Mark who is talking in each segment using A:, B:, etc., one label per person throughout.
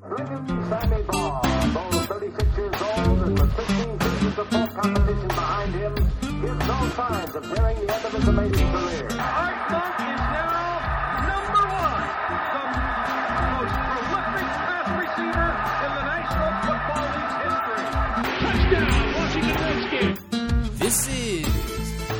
A: Brigham Sammy Baugh, though 36 years old and with 15 seasons of full competition behind him, gives no signs of nearing the end of his amazing career.
B: Art Monk is now number one, the most prolific pass receiver in the National Football League's history. Touchdown, Washington Redskins.
C: This is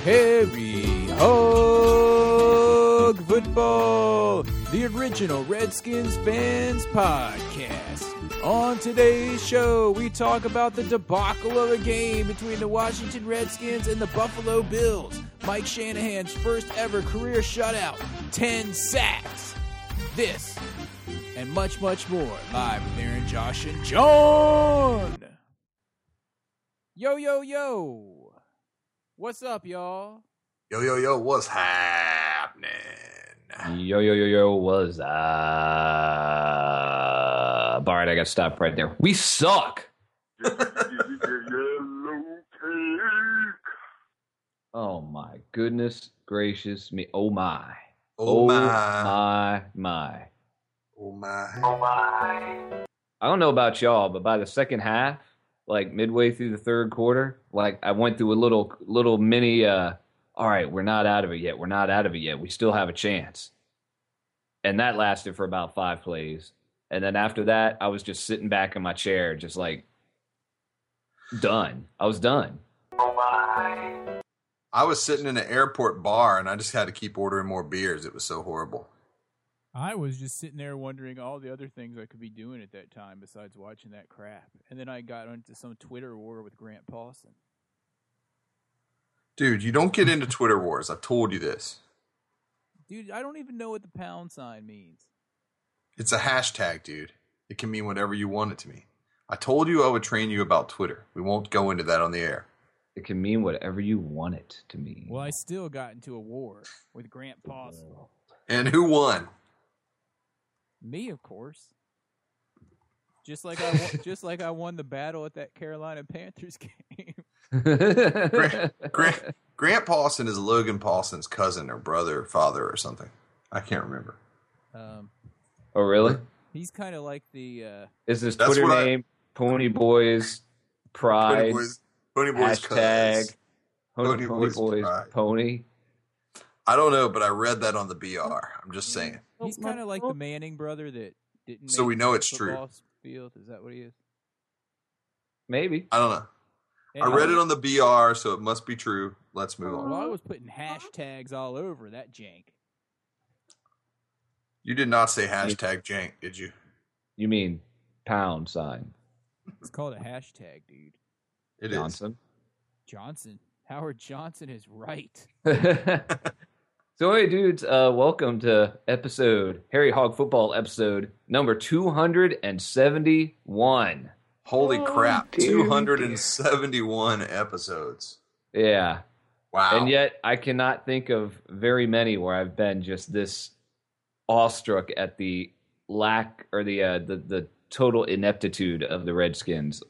C: Harry Hog Football, the original Redskins fans podcast. On today's show, we talk about the debacle of a game between the Washington Redskins and the Buffalo Bills. Mike Shanahan's first ever career shutout, 10 sacks. This and much, much more live with Aaron, Josh, and John. Yo, yo, yo. What's up, y'all?
D: Yo, yo, yo, what's happening?
E: Yo yo yo yo, was up? All right, I got to stop right there. We suck. Oh my goodness gracious me! Oh my!
D: Oh, my.
E: my my!
D: Oh, my.
E: I don't know about y'all, but by the second half, like midway through the third quarter, like I went through a little little mini uh all right, we're not out of it yet. We're not out of it yet. We still have a chance. And that lasted for about 5 plays. And then after that, I was just sitting back in my chair just like done. I was done.
D: I was sitting in an airport bar and I just had to keep ordering more beers. It was so horrible.
C: I was just sitting there wondering all the other things I could be doing at that time besides watching that crap. And then I got onto some Twitter war with Grant Paulson.
D: Dude, you don't get into Twitter wars. I've told you this.
C: Dude, I don't even know what the pound sign means.
D: It's a hashtag, dude. It can mean whatever you want it to mean. I told you I would train you about Twitter. We won't go into that on the air.
E: It can mean whatever you want it to mean.
C: Well, I still got into a war with Grant Paulson.
D: And who won?
C: Me, of course. Just like I won, just like I won the battle at that Carolina Panthers game.
D: Grant, Grant, Grant Paulson is Logan Paulson's cousin or brother or father or something. I can't remember.
C: Um,
E: oh, really?
C: he's kind of like the uh,
E: Is this
D: That's
E: Twitter
D: what I-
E: name Pony Boys
D: Pony
E: Pride
D: Boys, Pony Boys
E: hashtag
D: cuz.
E: Pony,
D: Pony
E: Pony
D: Boys
E: Boys
D: Pride.
E: Pony?
D: I don't know, but I read that on the BR. I'm just saying.
C: he's kind of like the Manning brother that didn't.
D: So
C: make
D: we
C: it
D: know
C: to the
D: it's true.
C: football Field is that what he is?
E: Maybe.
D: I don't know. I
C: Anyway.
D: read it on the BR, so it must be true. Let's move
C: Well,
D: on.
C: I was putting hashtags all over that jank.
D: You did not say hashtag jank, did you?
E: You mean pound sign?
C: It's called a hashtag, dude.
D: It is.
E: Johnson.
C: Johnson. Howard Johnson is right.
E: so, hey, dudes, uh, welcome to episode Harry Hog Football episode number two hundred and seventy-one.
D: Holy crap. 271 episodes.
E: Yeah,
D: Wow.
E: and yet I cannot think of very many where I've been just this awestruck at the lack or the uh, the the total ineptitude of the Redskins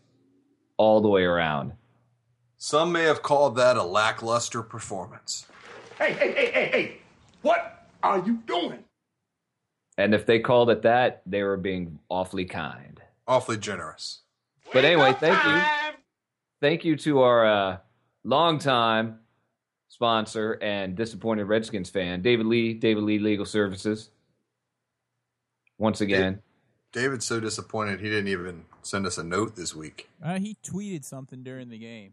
E: all the way around.
D: Some may have called that a lackluster performance.
F: Hey, hey, hey, hey, hey! What are you doing?
E: And if they called it that, they were being awfully kind.
D: Awfully generous.
E: But anyway, thank you. Thank you to our uh, longtime sponsor and disappointed Redskins fan, David Lee, David Lee Legal Services. Once again,
D: David's so disappointed he didn't even send us a note this week.
C: Uh, he tweeted something during the game.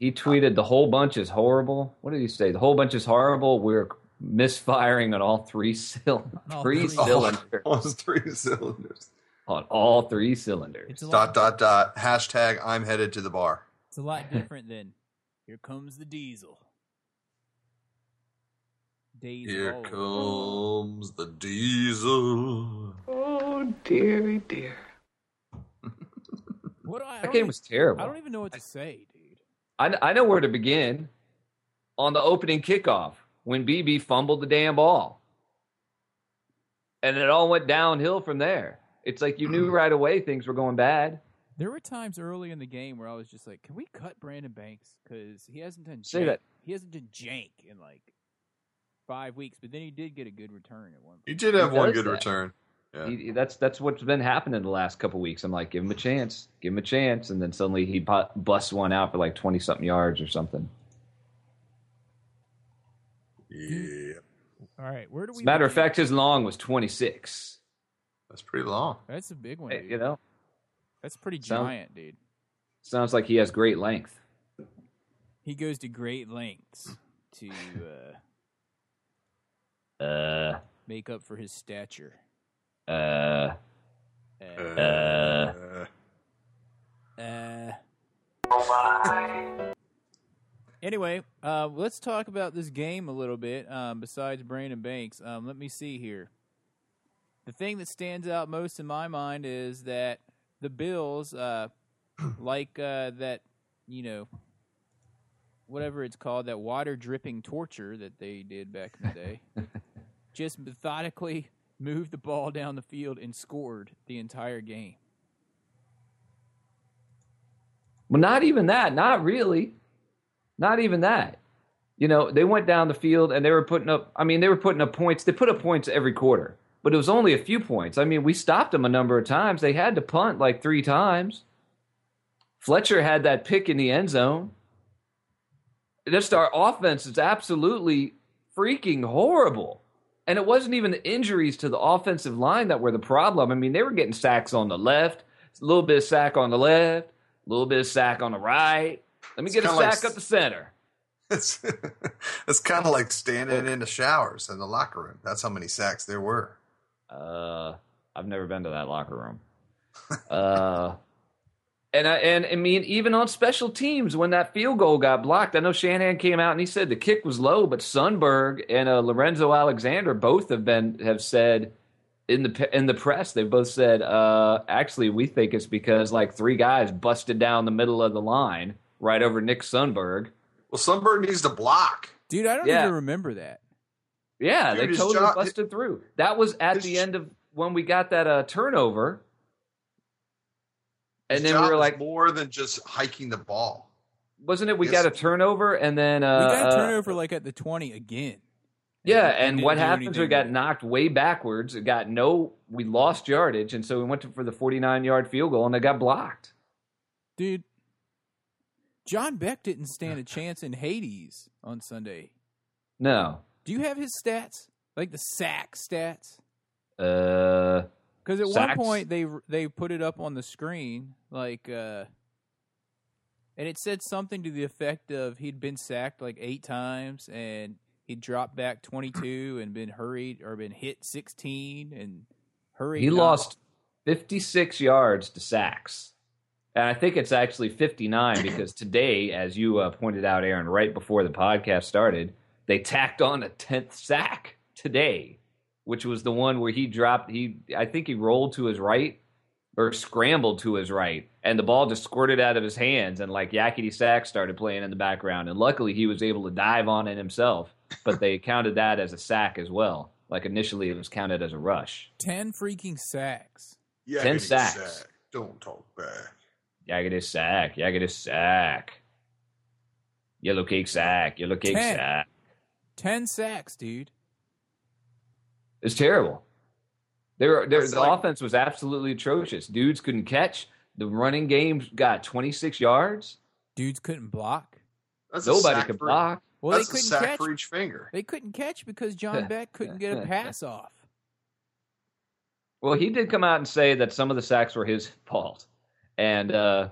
E: he tweeted the whole bunch is horrible. What did he say? The whole bunch is horrible. We're misfiring on all three sil-
C: all
E: three
C: three.
E: cylinders.
D: On three cylinders.
E: on all three cylinders.
C: It's a
D: Dot,
C: lot.
D: dot, dot. Hashtag I'm headed to the bar.
C: It's a lot different than "Here comes the diesel." Days of
D: Here
C: old.
D: comes the diesel.
F: Oh, dearie, dear.
C: What do I, I,
E: That
C: don't
E: game
C: even,
E: was terrible.
C: I don't even know what to say, dude.
E: I, kn- I know where to begin. On the opening kickoff, when BB fumbled the damn ball, and it all went downhill from there. It's like you knew right away things were going bad.
C: There were times early in the game where I was just like, "Can we cut Brandon Banks? Because he hasn't done
E: Say
C: jank.
E: that.
C: He hasn't done jank in like five weeks." But then he did get a good return at one.
D: He
C: point.
D: did have
E: He
D: one
E: does
D: good
E: that.
D: return. Yeah.
E: He, that's that's what's been happening the last couple weeks. I'm like, give him a chance, give him a chance, and then suddenly he bu- busts one out for like twenty something yards or something. Hmm.
D: Yeah,
C: All right, where do we?
E: As a matter of fact, his long was twenty six.
D: that's pretty long.
C: that's a big one. dude.
E: Eh, You know,
C: That's pretty
E: Sound-
C: giant, dude.
E: sounds like he has great length.
C: He goes to great lengths to uh,
E: Uh,
C: make up for his stature.
E: uh,
C: Uh,
D: Uh,
C: uh. Anyway, uh, let's talk about this game a little bit. Um, besides Brandon Banks, um, let me see here. The thing that stands out most in my mind is that the Bills, uh, like uh, that, you know, whatever it's called, that water dripping torture that they did back in the day, just methodically moved the ball down the field and scored the entire game.
E: Well, not even that. Not really. Not even that. You know, they went down the field and they were putting up. I mean, they were putting up points. They put up points every quarter, but it was only a few points. I mean, we stopped them a number of times. They had to punt like three times. Fletcher had that pick in the end zone. Just our offense is absolutely freaking horrible. And it wasn't even the injuries to the offensive line that were the problem. I mean, they were getting sacks on the left, a little bit of sack on the left, a little bit of sack on the right. Let me
D: It's
E: get a
D: kinda like
E: sack up the center.
D: it's it's kind of like standing in the showers in the locker room. That's how many sacks there were.
E: Uh, I've never been to that locker room. uh, and I and I mean, even on special teams, when that field goal got blocked, I know Shanahan came out and he said the kick was low, but Sunberg and uh, Lorenzo Alexander both have been have said in the pe- in the press they both said uh, actually we think it's because like three guys busted down the middle of the line right over Nick Sunberg.
D: Well, Sunbird needs to block.
C: Dude, I don't
E: Yeah.
C: even remember that.
E: Yeah,
D: Dude,
E: they
D: his
E: totally
D: job-
E: busted through. That was at
D: his
E: the
D: j-
E: end of when we got that uh, turnover, and
D: His
E: then
D: job
E: we were
D: is
E: like,
D: more than just hiking the ball.
E: wasn't it? We
D: Yes.
E: got a turnover, and then
C: We
E: uh,
C: got
E: uh,
C: a turnover like at the twenty again.
E: yeah,
C: They
E: and
C: didn't
E: what
C: do
E: happens? We
C: anything
E: got
C: with it.
E: knocked way backwards. It got no. We lost yardage, and so we went to, for the forty-nine yard field goal, and it got blocked.
C: dude. John Beck didn't stand a chance in Hades on Sunday.
E: No,
C: Do you have his stats? Like the sack stats?
E: uh,
C: Because at one
E: Sacks?
C: point they they put it up on the screen, like, uh, and it said something to the effect of he'd been sacked like eight times and he'd dropped back twenty two and been hurried or been hit sixteen and hurried.
E: he
C: up.
E: lost fifty-six yards to sacks. And I think it's actually 59 because today, as you uh, pointed out, Aaron, right before the podcast started, they tacked on a 10th sack today, which was the one where he dropped, he, I think he rolled to his right or scrambled to his right, and the ball just squirted out of his hands. And like Yakety Sack started playing in the background. And luckily, he was able to dive on it himself, but they counted that as a sack as well. Like initially, it was counted as a rush.
C: ten freaking sacks.
D: Yeah,
E: Ten sacks.
D: Don't talk back.
E: Yagatis sack, yagatis sack. Yellow cake sack, yellow cake
C: Ten.
E: sack.
C: Ten sacks, dude.
E: It's terrible. Their, their,
D: That's
E: the
D: like-
E: offense was absolutely atrocious. Dudes couldn't catch. The running game got 26 yards.
C: Dudes couldn't block.
D: That's a
E: Nobody
D: sack
E: could
D: for-
E: block.
C: Well,
D: that's
C: they
D: a
C: couldn't
D: sack
C: catch.
D: for each finger.
C: They couldn't catch because John Beck couldn't get a pass off.
E: Well, he did come out and say that some of the sacks were his fault. And, uh,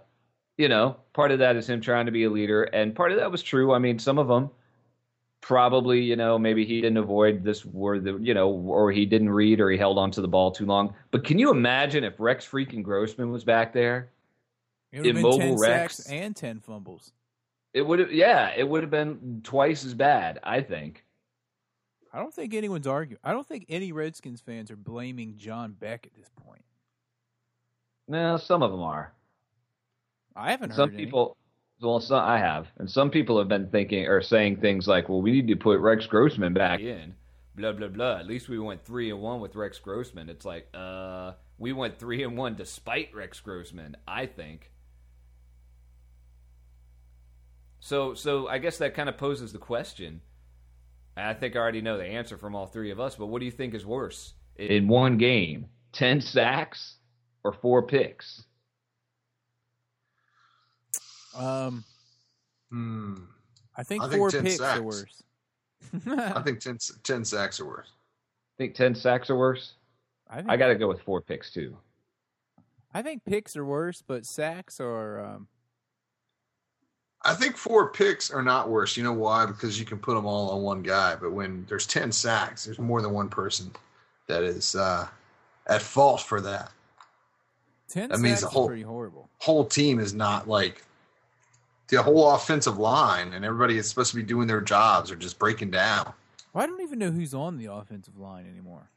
E: you know, part of that is him trying to be a leader. And part of that was true. I mean, some of them probably, you know, maybe he didn't avoid this word, that- you know, or he didn't read or he held onto the ball too long. But can you imagine if Rex freaking Grossman was back there?
C: It would have been
E: Immobile
C: ten sacks
E: Rex.
C: and ten fumbles.
E: It would have, yeah, it would have been twice as bad, I think.
C: I don't think anyone's arguing. I don't think any Redskins fans are blaming John Beck at this point.
E: No, some of them are.
C: I haven't heard
E: some
C: any.
E: people well some, i have and some people have been thinking or saying things like well we need to put rex grossman back in blah blah blah at least we went three and one with rex grossman it's like uh we went three and one despite rex grossman i think so so i guess that kind of poses the question and i think i already know the answer from all three of us but what do you think is worse in one game 10 sacks or four picks?
C: Um,
D: Hmm.
C: I think
D: I think
C: four
D: 10
C: picks
D: sacks.
C: are worse.
D: I think 10, s- 10 sacks are worse.
E: Think 10 sacks or worse?
C: I, think,
E: I got to go with four picks too.
C: I think picks are worse, but sacks are. Um,
D: I think four picks are not worse. You know why? Because you can put them all on one guy. But when there's 10 sacks, there's more than one person that is uh, at fault for that.
C: ten
D: That
C: sacks
D: means a
C: is
D: whole-
C: pretty horrible.
D: Whole team is not like the whole offensive line and everybody is supposed to be doing their jobs are just breaking down.
C: Well, I don't even know who's on the offensive line anymore.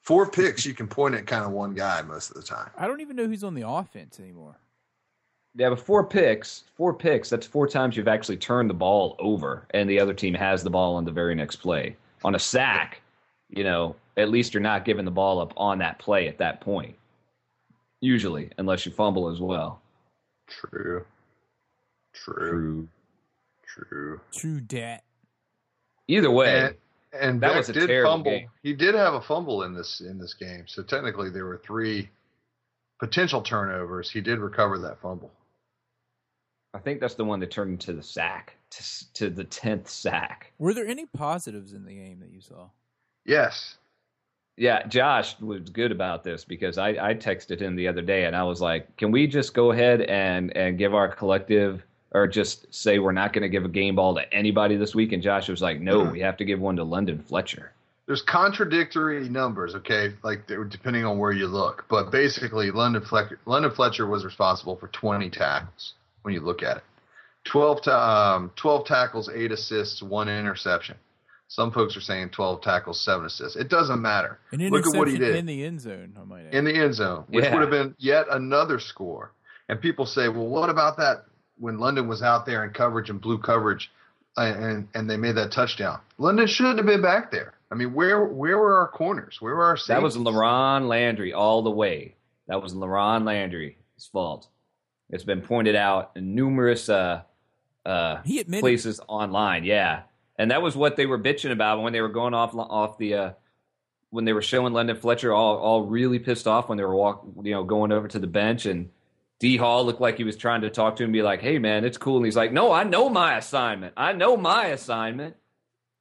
D: Four picks, you can point at kind of one guy most of the time.
C: I don't even know who's on the offense anymore.
E: Yeah, but four picks, four picks, that's four times you've actually turned the ball over and the other team has the ball on the very next play. On a sack, you know, at least you're not giving the ball up on that play at that point. Usually, unless you fumble as well.
D: True. True. True.
C: True dat.
E: Either way,
D: And, and
E: That
D: Beck
E: was a
D: did
E: terrible
D: fumble.
E: game.
D: He did have a fumble in this in this game. So technically, there were three potential turnovers. He did recover that fumble.
E: I think that's the one that turned into the sack, to, s- to the 10th sack.
C: Were there any positives in the game that you saw?
D: Yes.
E: Yeah, Josh was good about this because I, I texted him the other day and I was like, can we just go ahead and, and give our collective or just say we're not going to give a game ball to anybody this week? And Josh was like, no, we have to give one to London Fletcher.
D: There's contradictory numbers, okay? Like they were- depending on where you look, but basically, London Fletcher, London Fletcher was responsible for 20 tackles when you look at it. 12 ta- um, 12 tackles, eight assists, one interception. Some folks are saying 12 tackles, seven assists. It doesn't matter.
C: An
D: Look at what he
C: interception
D: did.
C: in the end zone, I might add.
D: in the end zone, which
E: Yeah.
D: would have been yet another score. And people say, well, what about that when London was out there in coverage and blue coverage, uh, and and they made that touchdown? London shouldn't have been back there. I mean, where where were our corners? Where were our
E: That was
D: safeties?
E: LaRon Landry all the way. That was LaRon Landry's fault. It's been pointed out in numerous uh, uh,
C: he admitted
E: places online. Yeah, and that was what they were bitching about when they were going off off the uh, when they were showing London Fletcher all all really pissed off when they were walk you know going over to the bench and D Hall looked like he was trying to talk to him and be like, "Hey man, it's cool." And he's like, "No, I know my assignment. I know my assignment."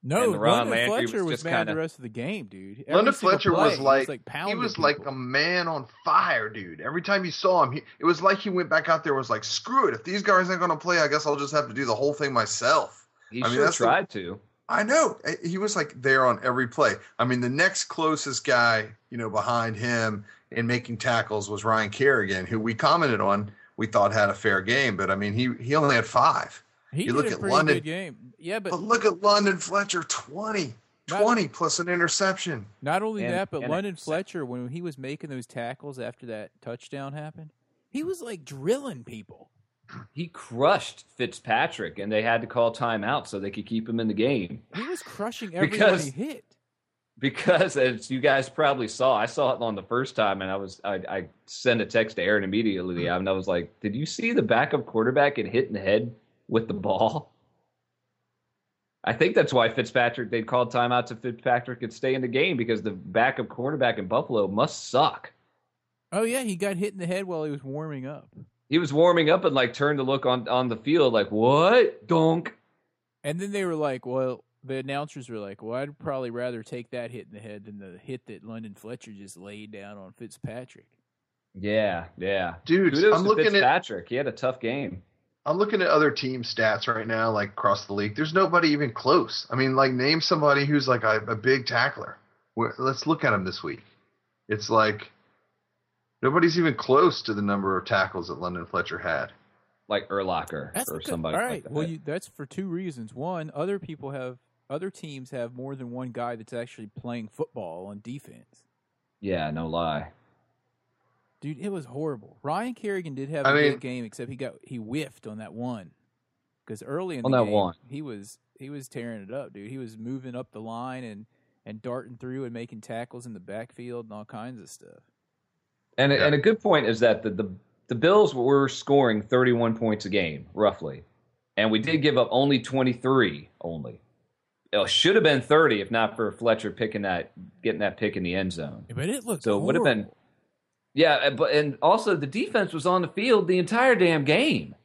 C: No,
E: and Ron
C: London
E: Landry was
C: Fletcher was,
E: just
C: mad
E: kinda-
C: the rest of the game, dude. Every
D: London
C: single
D: Fletcher
C: play,
D: was like, he
C: pounding
D: was like a
C: people.
D: man on fire, dude. Every time you saw him, he, it was like he went back out there and was like, screw it. If these guys aren't going to play, I guess I'll just have to do the whole thing myself.
E: He
D: I mean,
E: sure
D: that's the-
E: tried to.
D: I know. Uh, He was like there on every play. I mean, the next closest guy, you know, behind him in making tackles was Ryan Kerrigan, who we commented on we thought had a fair game, but I mean, he he only had five.
C: he
D: you
C: did
D: look
C: a
D: at
C: pretty
D: London-
C: good game. Yeah, but
D: But look at London Fletcher 20.
C: Not-
D: 20 plus an interception.
C: not only
E: And-
C: that, but
E: and
C: London
E: it's-
C: Fletcher, when he was making those tackles after that touchdown happened, he was like drilling people.
E: He crushed Fitzpatrick, and they had to call timeout so they could keep him in the game.
C: He was crushing everyone
E: Because-
C: he hit.
E: because as you guys probably saw, I saw it on the first time, and I was I, I sent a text to Aaron immediately,
C: Mm-hmm.
E: and I was like, "Did you see the backup quarterback get hit in the head with the ball?" I think that's why Fitzpatrick they called timeout to Fitzpatrick could stay in the game because the backup quarterback in Buffalo must suck.
C: Oh yeah, he got hit in the head while he was warming up,
E: He was warming up and like turned to look on on the field like what donk.
C: and then they were like, "Well." The announcers were like, "Well, I'd probably rather take that hit in the head than the hit that London Fletcher just laid down on Fitzpatrick."
E: Yeah, yeah.
D: Dude,
E: Kudos
D: I'm
E: to
D: looking at
E: Fitzpatrick. He had a tough game.
D: I'm looking at other team stats right now, like across the league. There's nobody even close. I mean, like name somebody who's like a, a big tackler. Where, let's look at him this week. It's like nobody's even close to the number of tackles that London Fletcher had.
E: Like Erlocker
C: That's
E: or
C: good.
E: somebody.
C: All
E: like
C: right.
E: that.
C: well, you, that's for two reasons. One, other people have other teams have more than one guy that's actually playing football on defense.
E: yeah, no lie.
C: Dude, it was horrible. Ryan Kerrigan did have a
D: I mean-
C: good game, except he got he whiffed on that one because early in
E: On
C: the
E: that
C: game
E: one.
C: he was he was tearing it up, dude. He was moving up the line and and darting through and making tackles in the backfield and all kinds of stuff.
E: And
D: Yeah.
E: and a good point is that the, the the Bills were scoring 31 points a game roughly, and we did give up only 23 only. It should have been 30 if not for Fletcher picking that getting that pick in the end zone.
C: But it looked
E: So it would have been
C: horrible.
E: Yeah, uh, but and also the defense was on the field the entire damn game.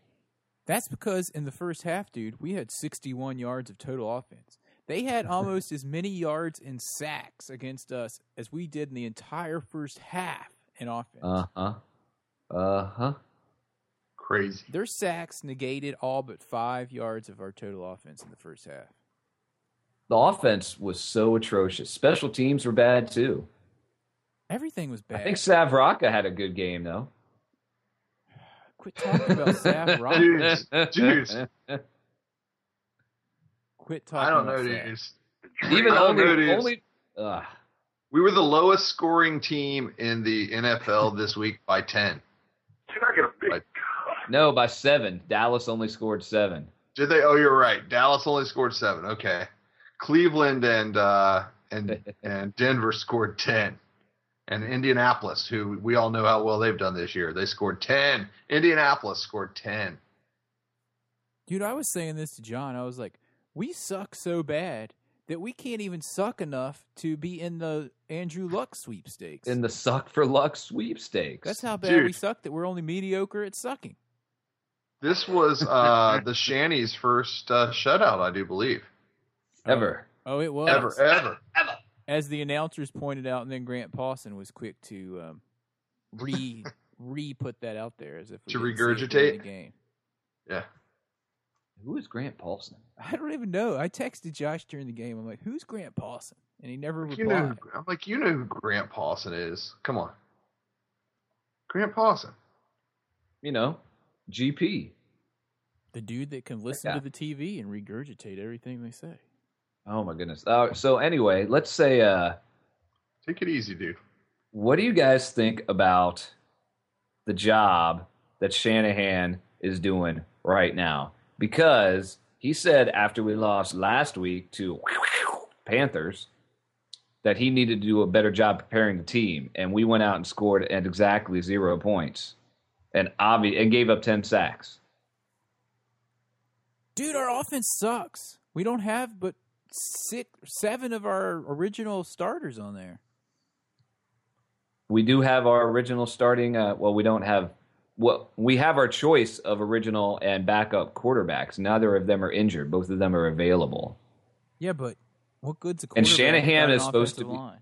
C: That's because in the first half, dude, we had 61 yards of total offense. They had almost as many yards and sacks against us as we did in the entire first half in offense.
E: Uh huh. Uh huh.
D: Crazy.
C: Their sacks negated all but five yards of our total offense in the first half.
E: The offense was so atrocious. Special teams were bad too.
C: Everything was bad.
E: I think Savraka had a good game though.
C: Quit talking about Sav Rock.
D: Dudes, dudes.
C: Quit talking
D: I don't
C: about
D: know,
C: Sav.
D: dudes.
E: Even
D: I don't
E: only,
D: know, dudes.
E: only Ugh.
D: We were the lowest scoring team in the NFL this week by 10.
F: Can I get a big?
D: Like-
E: no by seven. Dallas only scored seven.
D: Did they? Oh, you're right. Dallas only scored seven. Okay. Cleveland and uh, and and Denver scored ten, and Indianapolis, who we all know how well they've done this year, they scored ten. Indianapolis scored ten.
C: Dude, I was saying this to John. I was like, we suck so bad that we can't even suck enough to be in the Andrew Luck sweepstakes.
E: in the suck for luck sweepstakes.
C: That's how bad we
D: Dude.
C: suck that we're only mediocre at sucking.
D: This was uh, the Shanny's first uh, shutout, I do believe,
E: ever.
C: Oh, it was.
D: ever, ever.
C: As the announcers pointed out, and then Grant Pawson was quick to um, re re put that out there as if we
D: To
C: didn't see it during
D: regurgitate?
C: the game.
D: Yeah.
E: Who is Grant Paulson?
C: I don't even know. I texted Josh during the game. I'm like, "Who's Grant Pawson?" And he never
D: You know,
C: replied.
D: who- I'm like, you know who Grant Pawson is. Come on, Grant Pawson.
E: You know, GP.
C: The dude that can listen
E: Yeah.
C: to the TV and regurgitate everything they say.
E: Oh my goodness. Uh, so anyway, let's say, uh,
D: Take it easy, dude.
E: what do you guys think about the job that Shanahan is doing right now? Because he said after we lost last week to Panthers that he needed to do a better job preparing the team, and we went out and scored at exactly zero points, and obvi- and gave up ten sacks.
C: Dude, our offense sucks. We don't have but six, seven of our original starters on there.
E: we do have our original starting uh, well we don't have well we have our choice of original and backup quarterbacks neither of them are injured both of them are available
C: Yeah, but what good's a
E: And
C: quarterback without
E: Shanahan
C: an
E: is supposed to
C: offensive
E: be-
C: line?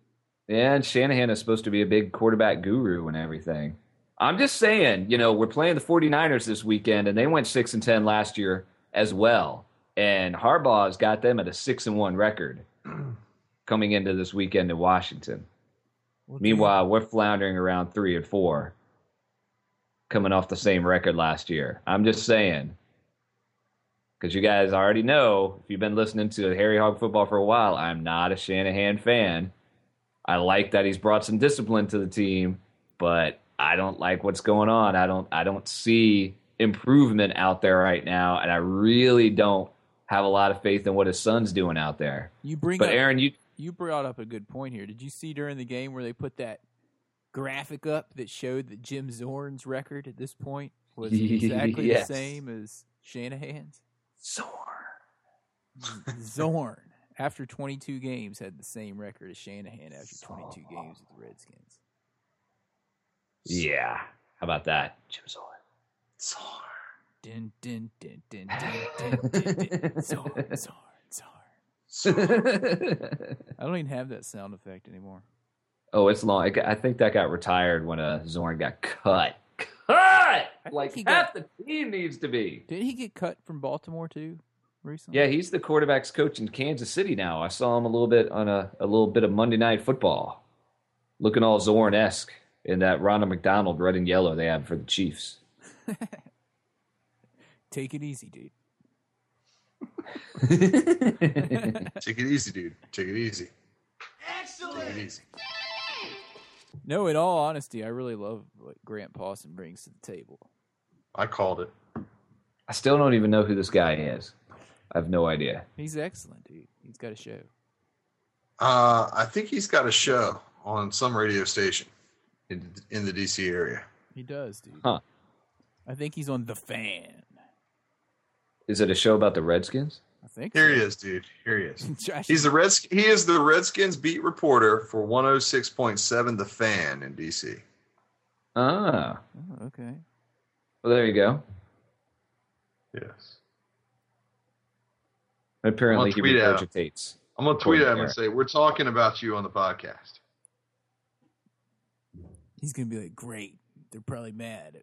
E: and shanahan is supposed to be a big quarterback guru and everything i'm just saying you know we're playing the 49ers this weekend and they went 6 and 10 last year as well and harbaugh's got them at a 6 and 1 record coming into this weekend in washington
C: Well, dude,
E: Meanwhile, we're floundering around three and four, coming off the same record last year. I'm just saying, because you guys already know, if you've been listening to Harry Hog football for a while, I'm not a Shanahan fan. I like that he's brought some discipline to the team, but I don't like what's going on. I don't. I don't see improvement out there right now, and I really don't have a lot of faith in what his son's doing out there.
C: you bring
E: But
C: up,
E: Aaron, you
C: you brought up a good point here. Did you see during the game where they put that graphic up that showed that Jim Zorn's record at this point was exactly
E: Yes.
C: the same as Shanahan's?
E: soar.
C: Zorn, after 22 games, had the same record as Shanahan after 22 games with the Redskins.
E: Yeah. How about that? Jim Zorn.
C: Dun, dun, dun, dun, dun, dun, dun, dun. Zorn, Zorn, Zorn. I don't even have that sound effect anymore.
E: oh, it's long. I got- I think that got retired when uh, Zorn got cut. Cut!
C: think
E: Like
C: he
E: half the team needs to be.
C: Did he get cut from Baltimore too recently?
E: Yeah, he's the quarterbacks coach in Kansas City now. I saw him a little bit on a, a little bit of Monday Night Football, looking all Zorn esque in that Ronald McDonald red and yellow they have for the Chiefs.
C: Take it easy, dude.
D: Take it easy, dude. Take it easy. Take it easy.
C: No, in all honesty, I really love what Grant Pawson brings to the table.
D: I called it.
E: I still don't even know who this guy is. I have no idea.
C: He's excellent, dude. He's got a show.
D: Uh, I think he's got a show on some radio station in, in the DC area.
C: He does, dude.
E: Huh.
C: I think he's on The Fan.
E: Is it a show about the Redskins?
C: I think
D: Here he is, dude. Here he is.
C: so. Josh,
D: He's the Reds. He is oh the Redskins beat reporter for 106.7 The Fan in DC.
E: Ah,
C: Oh, okay.
E: well, there you go.
D: Yes.
E: Apparently,
D: I'll
E: he
D: tweet at him.
E: regurgitates.
D: I'm gonna tweet at him
E: Corey
D: and say, "We're talking about you on the podcast."
C: He's gonna be like, great. They're probably mad at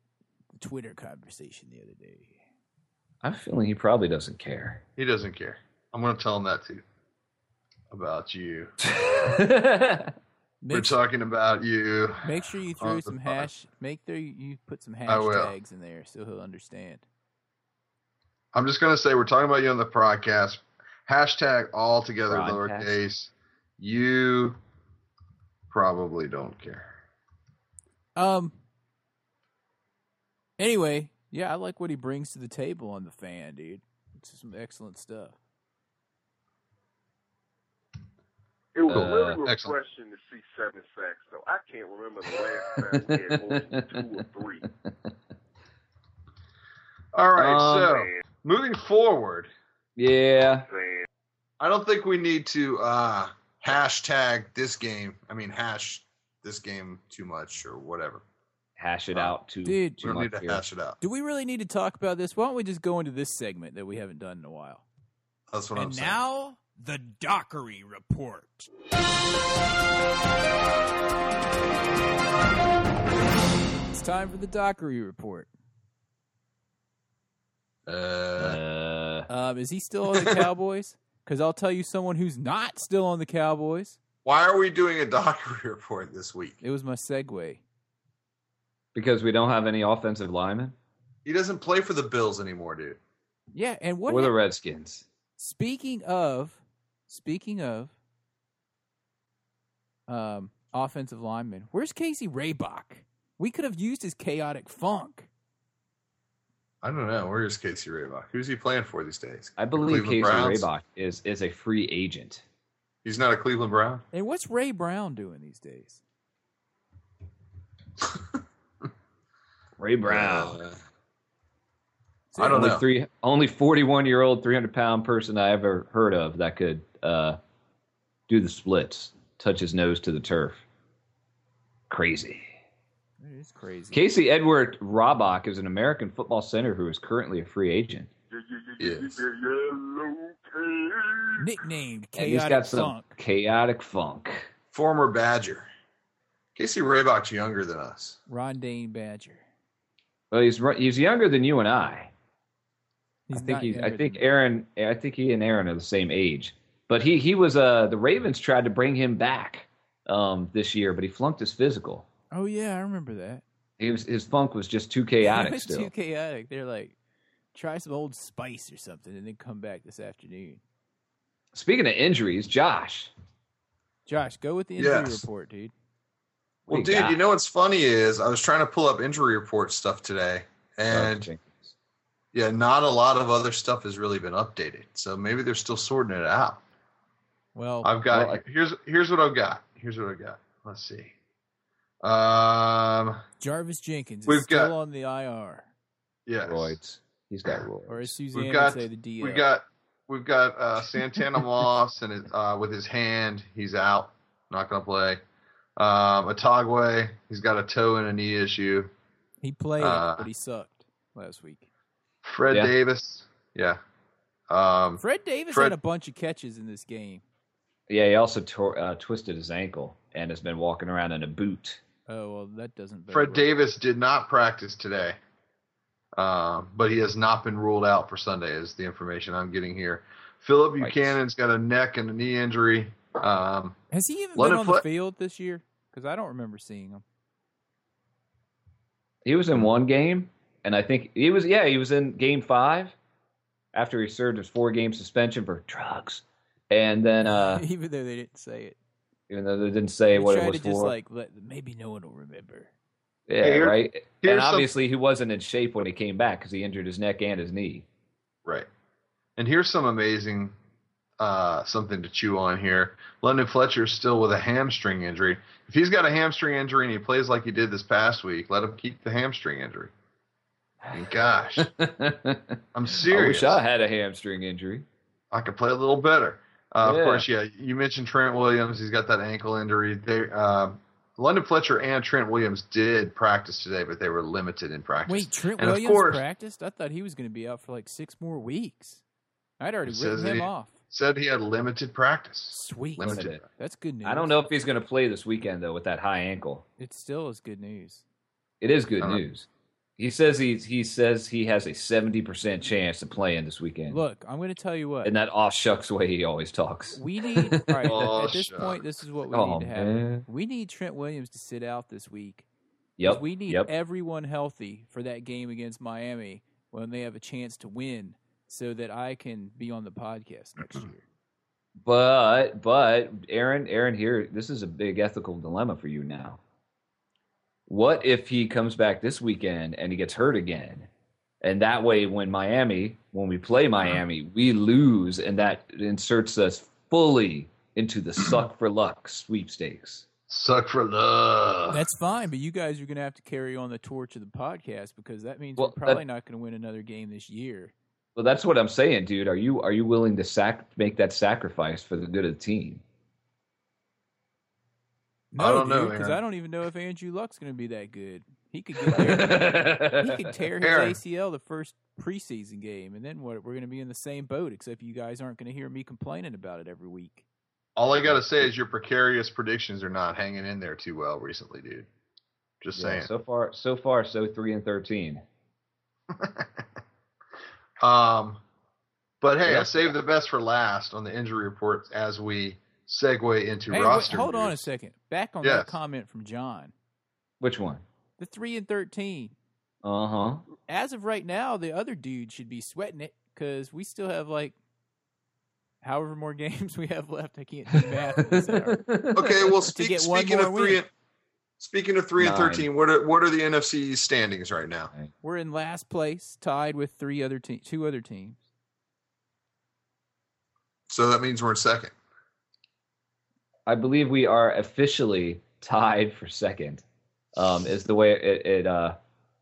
C: the Twitter conversation the other day.
E: I'm feeling he probably doesn't care.
D: He doesn't care. I'm gonna tell him that too. About you. We're
C: Make,
D: talking about you.
C: make sure you
D: on
C: throw
D: the
C: some
D: pod.
C: hash. Make there you put some
D: I will.
C: hashtags in there so he'll understand.
D: I'm just gonna say we're talking about you on the podcast. Hashtag all together
E: Broadcast.
D: lowercase. You probably don't care.
C: Um. Anyway, yeah, I like what he brings to the table on the fan, dude. It's some excellent stuff.
G: It was
E: Uh,
G: a really
D: excellent.
G: refreshing to see seven sacks, though. I can't remember the last time we had more than two or three.
D: All right.
E: Um,
D: so
G: Man,
D: moving forward,
E: yeah,
G: man.
D: I don't think we need to uh, hashtag this game. I mean, hash this game too much or whatever.
E: hash it out too.
C: Dude.
D: We
E: too
D: don't need to
E: much here.
D: hash it out.
C: Do we really need to talk about this? Why don't we just go into this segment that we haven't done in a while?
D: That's what I'm
C: and
D: saying.
C: now the Dockery Report. It's time for the Dockery Report.
D: uh,
E: Uh,
C: Um, is he still on the Cowboys? Because I'll tell you, someone who's not still on the Cowboys.
D: why are we doing a dockery report this week?
C: It was my segue.
E: because we don't have any offensive linemen
D: He doesn't play for the Bills anymore, dude.
C: Yeah, and what?
E: or
C: hap-
E: the Redskins.
C: Speaking of, speaking of, um, offensive lineman. Where's Casey Raybach? We could have used his chaotic funk.
D: I don't know. Where is Casey Raybach? Who's he playing for these days?
E: I believe Casey
D: Cleveland Browns.
E: Raybach is is a free agent.
D: He's not a Cleveland Brown.
C: And what's Ray Brown doing these days?
E: Ray Brown.
D: Uh,
E: It's the
D: I don't
E: only
D: know.
E: Three, only 41 year old, 300 pound person I ever heard of that could uh, do the splits, touch his nose to the turf. Crazy.
C: That is crazy.
E: Casey Edward Robach is an American football center who is currently a free agent.
G: You- you- you- you-
D: Yes.
G: you- you- Yellow cake.
C: Nicknamed
E: And he's got
C: Chaotic
E: some
C: Funk.
E: chaotic funk.
D: former Badger. Casey Raybach's younger than us.
C: Rondane Badger.
E: Well, he's ru- he's younger than you and I. I think
C: not
E: he's. I
C: younger
E: think
C: than-
E: Aaron. I think he and Aaron are the same age. But he he was. Uh, the Ravens tried to bring him back um, this year, but he flunked his physical.
C: Oh yeah, I remember that.
E: He was, his funk was just too
C: it
E: chaotic.
C: was
E: still.
C: too chaotic. They're like, try some old spice or something, and then come back this afternoon.
E: Speaking of injuries, Josh.
C: Josh, go with the injury
D: Yes.
C: report, dude.
E: what
D: Well, dude,
E: got?
D: you know what's funny is I was trying to pull up injury report stuff today, and yeah, not a lot of other stuff has really been updated. So maybe they're still sorting it out.
C: Well,
D: I've got
E: Well,
D: here's here's what I've got. Here's what I got. Let's see. Um.
C: Jarvis Jenkins is
D: We've
C: still
D: got-
C: on the IR,
D: Yes.
E: Roids. He's got
C: or as
E: roids.
C: Suzanne would
D: got-
C: say, the DL.
D: We got we've got uh, Santana Moss and his- uh, with his hand he's out, not gonna play. Um, Atagwe he's got a toe and a knee issue.
C: he played,
D: uh,
C: but he sucked last week.
D: Fred
E: Yeah.
D: Davis, yeah. Um,
C: Fred Davis
D: Fred-
C: had a bunch of catches in this game.
E: Yeah, he also tore, uh, twisted his ankle and has been walking around in a boot.
C: Oh well, that doesn't. bode
D: Fred
C: well.
D: Davis did not practice today, um, but he has not been ruled out for Sunday. Is the information I'm getting here? Philip
E: Right.
D: Buchanan's got a neck and a knee injury. Um,
C: Has he even
D: Let
C: been
D: it
C: on the
D: play-
C: field this year? Because I don't remember seeing him.
E: He was in one game, and I think he was. Yeah, he was in game five after he served his four game suspension for drugs. And then, uh,
C: even though they didn't say it,
E: even though they didn't say
C: They
E: what
C: tried
E: it was
C: to just
E: for,
C: like let, maybe no one will remember.
E: yeah,
D: Here-
E: right. And
D: here's some-
E: obviously, he wasn't in shape when he came back because he injured his neck and his knee.
D: Right. And here's some amazing uh, something to chew on here. London Fletcher's still with a hamstring injury. If he's got a hamstring injury and he plays like he did this past week, let him keep the hamstring injury. And gosh,
E: I
D: I'm
E: wish
D: serious.
E: I
D: I,
E: had a hamstring injury.
D: could play a little better. Uh,
E: Yeah.
D: Of course, yeah. You mentioned Trent Williams. He's got that ankle injury. They, uh, London Fletcher and Trent Williams did practice today, but they were limited in practice.
C: Wait, Trent
D: and
C: Williams
D: of course,
C: practiced? I thought he was going to be out for like six more weeks. I'd already
D: It says
C: written him
D: he-
C: off.
D: said he had limited practice.
C: Sweet.
D: Limited.
C: That's good news.
E: I don't know if he's going to play this weekend though with that high ankle.
C: It still is good news.
E: It is good
D: Uh-huh.
E: news. He says he's he says he has a seventy percent chance of playing this weekend.
C: Look, I'm going to tell you what.
E: in that aw shucks way he always talks.
C: We need all right,
D: Oh,
C: at this
D: shucks.
C: point this is what we
E: Oh,
C: need to have.
E: man.
C: We need Trent Williams to sit out this week. 'cause
E: Yep.
C: We need
E: yep.
C: everyone healthy for that game against Miami when they have a chance to win so that I can be on the podcast next year.
E: But but Aaron Aaron here this is a big ethical dilemma for you now. What if he comes back this weekend and he gets hurt again? And that way when Miami, when we play Miami, we lose and that inserts us fully into the suck for luck sweepstakes.
D: Suck for love.
C: That's fine, but you guys are going to have to carry on the torch of the podcast because that means
E: Well,
C: we're probably not going to win another game this year.
E: Well, that's what I'm saying, dude. Are you are you willing to sac- make that sacrifice for the good of the team?
C: No,
D: I don't know,
C: dude, because
D: Aaron.
C: I don't even know if Andrew Luck's going to be that good. He could get there. he could tear his
D: Aaron.
C: ACL the first preseason game, and then what? We're going to be in the same boat, except you guys aren't going to hear me complaining about it every week.
D: All I gotta say is your precarious predictions are not hanging in there too well recently, dude. Just
E: Yeah,
D: saying.
E: so far, so far, so three and thirteen.
D: Um, but hey,
E: Yeah.
D: I saved the best for last on the injury report as we segue into
C: Hey, wait,
D: roster.
C: hold on a
D: moves.
C: second. Back on
D: Yes.
C: that comment from John.
E: Which one?
C: The three and thirteen.
E: Uh huh.
C: As of right now, the other dude should be sweating it because we still have like however more games we have left. I can't do math. at this hour.
D: Okay,
C: To
D: well, speak,
C: get one
D: speaking of
C: more
D: three,
C: win.
D: and, speaking of three and
E: Nine.
D: thirteen, what are what are the NFC standings right now?
C: We're in last place, tied with three other te- two other teams.
D: So that means we're in second.
E: I believe we are officially tied for second. Um, is the way it, it uh,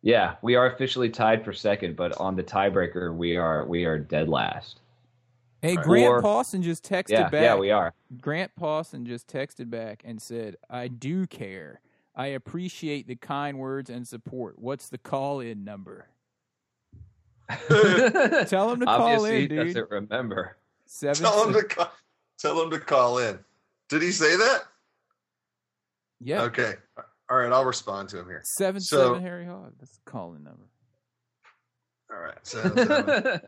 E: yeah, we are officially tied for second, but on the tiebreaker, we are we are dead last.
C: Hey,
D: Right.
C: Grant
E: Or-
C: Pawson just texted
E: yeah,
C: back.
E: yeah, we are.
C: Grant Pawson just texted back and said, I do care. I appreciate the kind words and support. What's the call in number? Tell him to call
E: Obviously,
C: in,
E: he
C: dude.
E: doesn't remember.
C: Seven,
D: Tell him to call, tell him to call in. Did he say that?
C: yeah,
D: Okay. All right, I'll respond to him here.
C: seven
D: So-
C: seven Harry Hog. That's the call in number.
D: All right. seven, seven.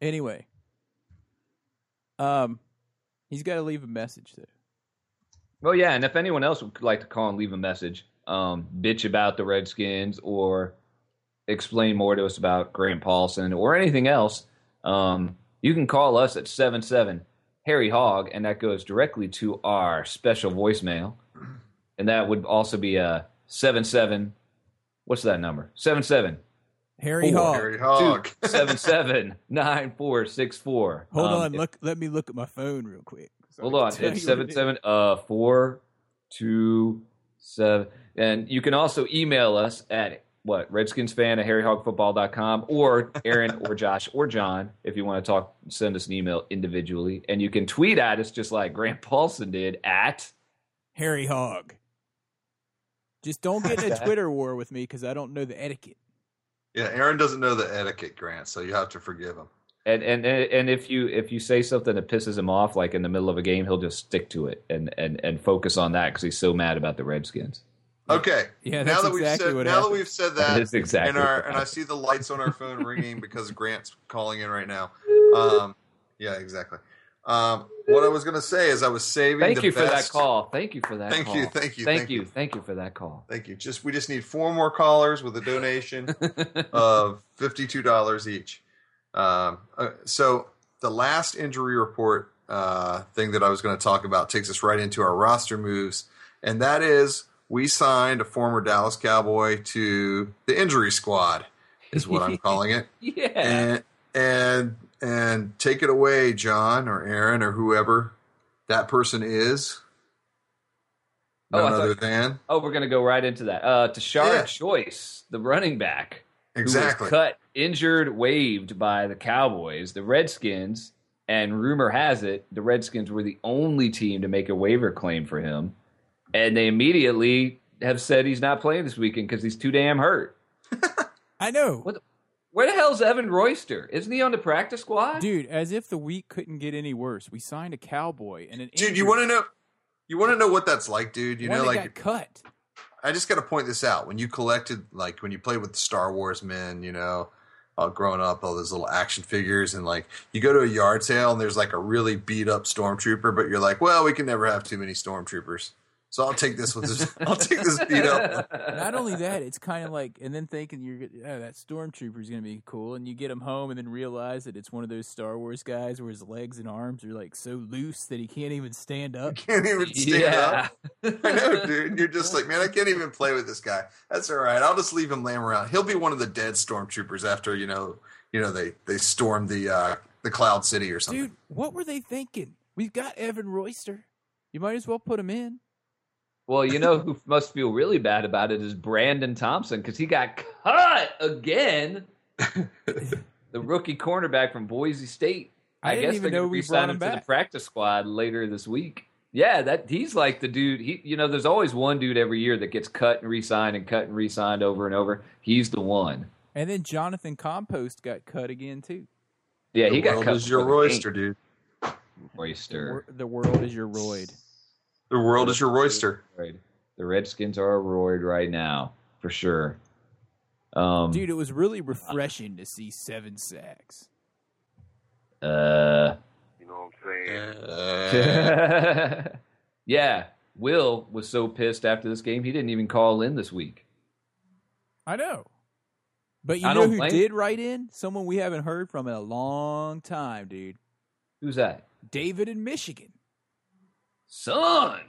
C: Anyway, um, he's got to leave a message there.
E: Well, yeah, and if anyone else would like to call and leave a message, um, bitch about the Redskins or explain more to us about Grant Paulson or anything else, um, you can call us at 77 Harry Hog, and that goes directly to our special voicemail. And that would also be a 77. What's that number? 77
C: Harry
E: Four.
C: Hog.
D: Harry Hog.
E: 77 9464.
C: Hold
E: Um,
C: on.
E: if-
C: Look, let me look at my phone real quick. so I
E: Hold
C: can tell
E: on. It's
C: you what it
E: seven
C: is.
E: seven uh four two seven and you can also email us at what redskinsfan at harryhogfootball.com or Aaron or Josh or John if you want to talk send us an email individually. And you can tweet at us just like Grant Paulson did at
C: Harry Hog. Just don't get in a Twitter war with me because I don't know the etiquette.
D: Yeah, Aaron doesn't know the etiquette, Grant, so you have to forgive him.
E: and, and and and if you if you say something that pisses him off like in the middle of a game, he'll just stick to it and and, and focus on that because he's so mad about the Redskins.
D: Okay.
C: Yeah,
D: now
C: that's
D: that we've
C: exactly
D: said
C: what
D: now
C: happened.
D: that we've said
E: That
D: that,
E: is exactly
D: and our
E: what
D: and I
E: happened.
D: see the lights on our phone ringing because Grant's calling in right now. Um, yeah, exactly. Um, what I was gonna say is I was saving.
E: Thank
D: the
E: you for that
D: best-
E: call. Thank you for that
D: Thank
E: call.
D: you, thank you,
E: Thank
D: thank
E: you.
D: you.
E: Thank you for that call.
D: Thank you. Just we just need four more callers with a donation of fifty-two dollars each. Um, uh, so the last injury report uh, thing that I was going to talk about takes us right into our roster moves, and that is we signed a former Dallas Cowboy to the injury squad, is what I'm calling it.
E: Yeah.
D: And and and take it away, John or Aaron or whoever that person is.
E: Oh, I
D: None
E: thought-
D: other than
E: Oh, we're gonna go right into that. Uh Tashard
D: Yeah.
E: Choice, the running back, who was
D: exactly.
E: cut, injured, waived by the Cowboys. The Redskins And rumor has it the Redskins were the only team to make a waiver claim for him, and they immediately have said he's not playing this weekend because he's too damn hurt.
C: I know.
E: What? Where the hell's Evan Royster? Isn't he on the practice squad?
C: Dude, as if the week couldn't get any worse. We signed a cowboy and an
D: dude. You want to know? You want to know what that's like, dude? You know, like
C: got cut.
D: I just got to point this out. When you collected, like when you played with the Star Wars men, you know, uh, growing up, all those little action figures, and like you go to a yard sale and there's like a really beat up stormtrooper, but you're like, well, we can never have too many stormtroopers, so I'll take this with this. I'll take this beat up.
C: Not only that, it's kind of like, and then thinking you're gonna- oh, that stormtrooper's gonna be cool, and you get him home, and then realize that it's one of those Star Wars guys where his legs and arms are like so loose that he can't even stand up.
D: Can't even stand up.
E: yeah.
D: I know, dude. You're just like, man, I can't even play with this guy. That's all right. I'll just leave him laying around. He'll be one of the dead stormtroopers after you know, you know they they storm the uh the cloud city or something.
C: Dude, what were they thinking? We've got Evan Royster. You might as well put him in.
E: Well, you know who must feel really bad about it is Brandon Thompson because he got cut again. the rookie cornerback from Boise State.
C: I didn't
E: guess
C: even
E: they're
C: know
E: gonna
C: we
E: re-sign
C: brought him
E: to the
C: back.
E: practice squad later this week. Yeah, that he's like the dude. He, you know, there's always one dude every year that gets cut and re-signed and cut and re-signed over and over. He's the one.
C: And then Jonathan Compost got cut again too.
E: Yeah,
D: The
E: he got
D: world
E: cut.
D: is your
E: before the
D: royster, dude.
E: game. Royster.
C: Wor- The world is your roid.
D: The world is your royster.
E: Roid. The Redskins are a roid right now for sure. Um,
C: Dude, it was really refreshing to see seven sacks.
E: uh,
G: You know what I'm saying?
D: Uh,
E: yeah, Will was so pissed after this game he didn't even call in this week.
C: I know. But you
E: I
C: know
E: don't
C: who
E: blame-
C: did write in? Someone we haven't heard from in a long time, dude.
E: Who's that?
C: David in Michigan.
E: Son.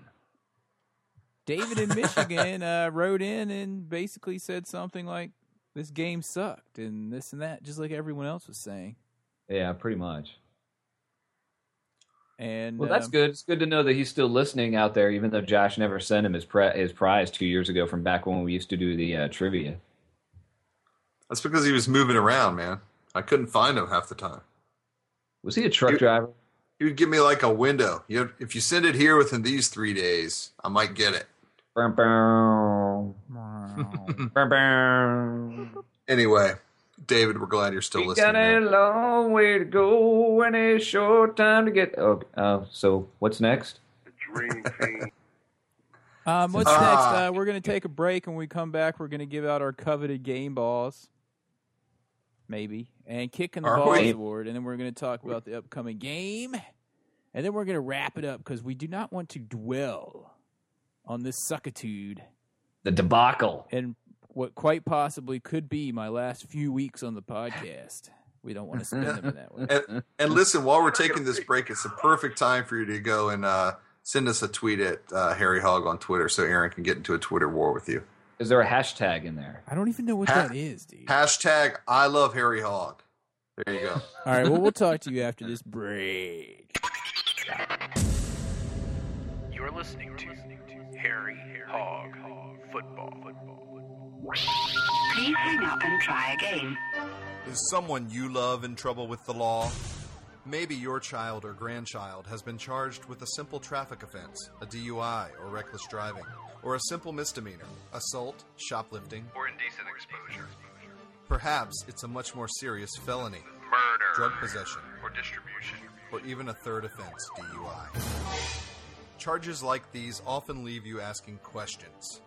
C: David in Michigan uh, wrote in and basically said something like, "This game sucked" and this and that, just like everyone else was saying.
E: Yeah, pretty much.
C: And
E: Well, that's
C: um,
E: good. It's good to know that he's still listening out there, even though Josh never sent him his pre- his prize two years ago from back when we used to do the uh, trivia.
D: That's because he was moving around, man. I couldn't find him half the time.
E: Was he a truck
D: You-
E: driver?
D: He would give me like a window. You know, if you send it here within these three days, I might get it.
E: Brum, brum, brum, brum.
D: Anyway, David, we're glad you're still
E: We
D: listening.
E: got a
D: man.
E: long way to go and a short time to get. Oh, uh, so what's next?
G: The dream team.
C: Um, what's
D: Ah.
C: next? Uh, we're going to take a break. When we come back, we're going to give out our coveted game balls, maybe, and kicking the
D: Are
C: balls
D: we?
C: award. And then we're going to talk about the upcoming game. And then we're going to wrap it up because we do not want to dwell on this suckitude
E: The debacle.
C: and what quite possibly could be my last few weeks on the podcast. We don't want to spend them in that way.
D: and, and listen, while we're taking this break, it's the perfect time for you to go and uh, send us a tweet at uh, Harry Hogg on Twitter so Aaron can get into a Twitter war with you.
E: Is there a hashtag in there?
C: I don't even know what
D: Ha-
C: that is, dude.
D: Hashtag I love Harry Hogg. There you go.
C: All right, well, we'll talk to you after this break.
H: You're listening to Harry Hog Football.
I: Please hang up and try again.
D: Is someone you love in trouble with the law? Maybe your child or grandchild has been charged with a simple traffic offense, a DUI or reckless driving, or a simple misdemeanor, assault, shoplifting,
H: Or indecent exposure.
D: perhaps it's a much more serious felony,
H: Murder.
D: drug possession,
H: Or distribution.
D: or even a third offense, DUI. Charges like these often leave you asking questions.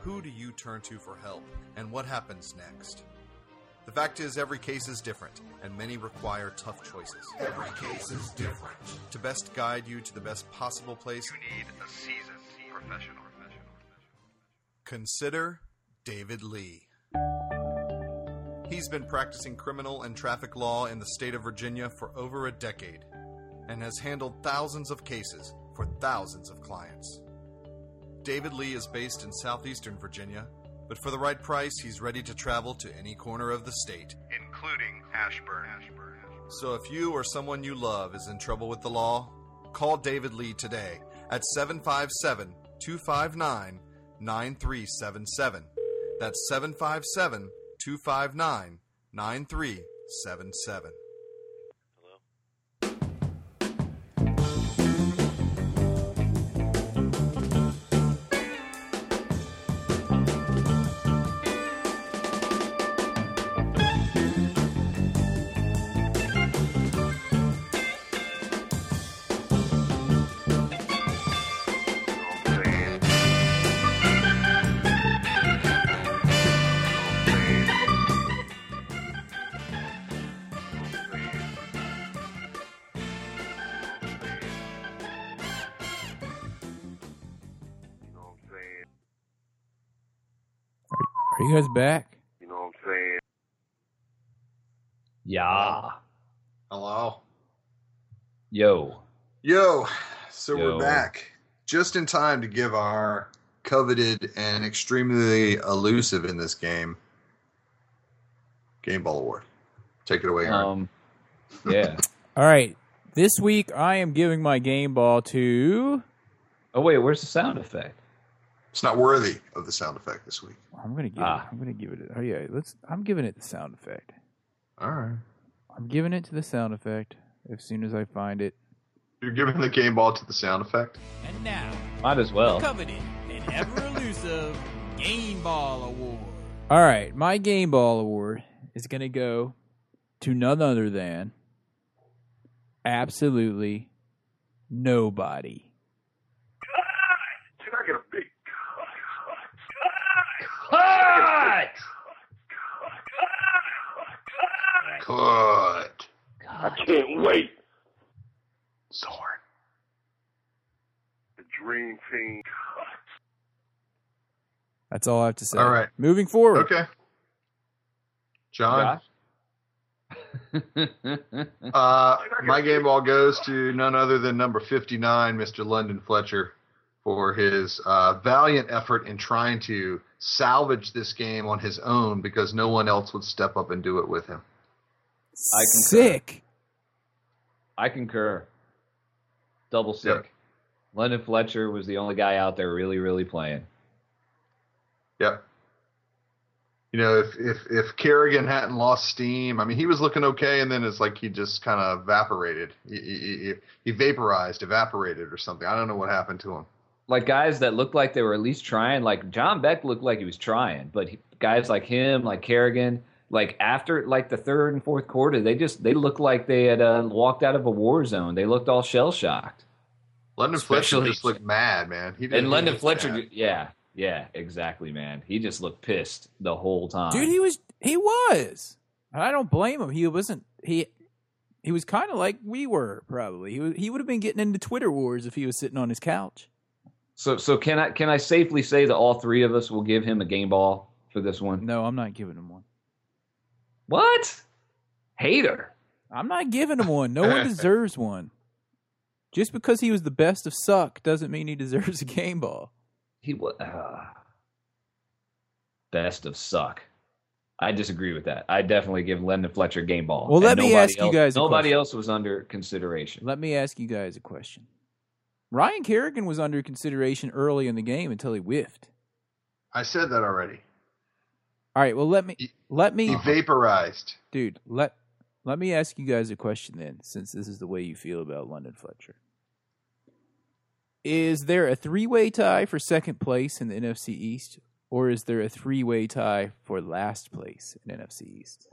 D: Who do you turn to for help, and what happens next? The fact is, every case is different, and many require tough choices. Every case is different. To best guide you to the best possible place,
H: You need a seasoned professional.
D: Consider David Lee. He's been practicing criminal and traffic law in the state of Virginia for over a decade and has handled thousands of cases for thousands of clients. David Lee is based in southeastern Virginia, but for the right price, he's ready to travel to any corner of the state.
H: Including Ashburn. Ashburn.
D: So if you or someone you love is in trouble with the law, call David Lee today at 757 259 9377. That's 757 259 9377.
H: Hello?
C: Are you guys back?
G: You know what I'm saying?
E: Yeah.
D: Hello.
E: Yo.
D: Yo, so
E: Yo.
D: we're back just in time to give our coveted and extremely elusive in this game Game Ball Award. Take it away, Aaron.
E: Um. Yeah.
C: All right. This week I am giving my game ball to.
E: Oh wait, where's the sound effect?
D: it's not worthy of the sound effect this week.
C: I'm gonna give.
E: Ah.
C: It, I'm gonna give it. Oh yeah. Let's. I'm giving it the sound effect.
D: All right.
C: I'm giving it to the sound effect as soon as I find it.
D: You're giving the game ball to the sound effect?
C: And now,
E: Might as well.
C: coveted and ever elusive Game Ball Award. All right, my Game Ball Award is going to go to none other than absolutely nobody.
G: Can I get a big
D: Cut.
G: I can't wait.
D: Zorn.
G: The Dream Team.
C: That's all I have to say.
D: All right.
C: Moving forward.
D: Okay. John,
E: Josh? All
D: uh, my game ball goes to none other than number 59, Mr. London Fletcher, for his uh, valiant effort in trying to salvage this game on his own because no one else would step up and do it with him.
E: I concur.
C: Sick.
E: I concur. Double sick.
D: Yep.
E: London Fletcher was the only guy out there really, really playing.
D: Yep. You know, if if if Kerrigan hadn't lost steam, I mean, he was looking okay, and then it's like he just kind of evaporated. He, he, he- he vaporized, evaporated, or something. I don't know what happened to him.
E: Like guys that looked like they were at least trying. Like John Beck looked like he was trying, but he, guys like him, like Kerrigan, like after like the third and fourth quarter, they just they looked like they had uh, walked out of a war zone. They looked all shell shocked.
D: London
E: Especially-
D: Fletcher just looked mad, man. He didn't-
E: And
D: he
E: London
D: was
E: Fletcher,
D: mad.
E: ju- yeah, yeah, exactly, man. He just looked pissed the whole time.
C: Dude, he was. He was. And I don't blame him. He wasn't. He. He was kind of like we were probably. He, wa- he would have been getting into Twitter wars if he was sitting on his couch.
E: so so can I can I safely say that all three of us will give him a game ball for this one?
C: No, I'm not giving him one.
E: What? Hater.
C: I'm not giving him one. No one deserves one. Just because he was the best of suck doesn't mean he deserves a game ball.
E: He was uh, best of suck. I disagree with that. I definitely give Lendon Fletcher a game ball.
C: Well, let
E: And
C: me
E: nobody
C: ask you
E: else-
C: guys a
E: Nobody
C: question.
E: else was under consideration.
C: Let me ask you guys a question. Ryan Kerrigan was under consideration early in the game until he whiffed.
D: I said that already.
C: All right, well let me
D: He- Oh.
C: let
D: He
C: me
D: vaporized.
C: dude, let let me ask you guys a question then, since this is the way you feel about London Fletcher. Is there a three-way tie for second place in the NFC East or is there a three-way tie for last place in NFC East?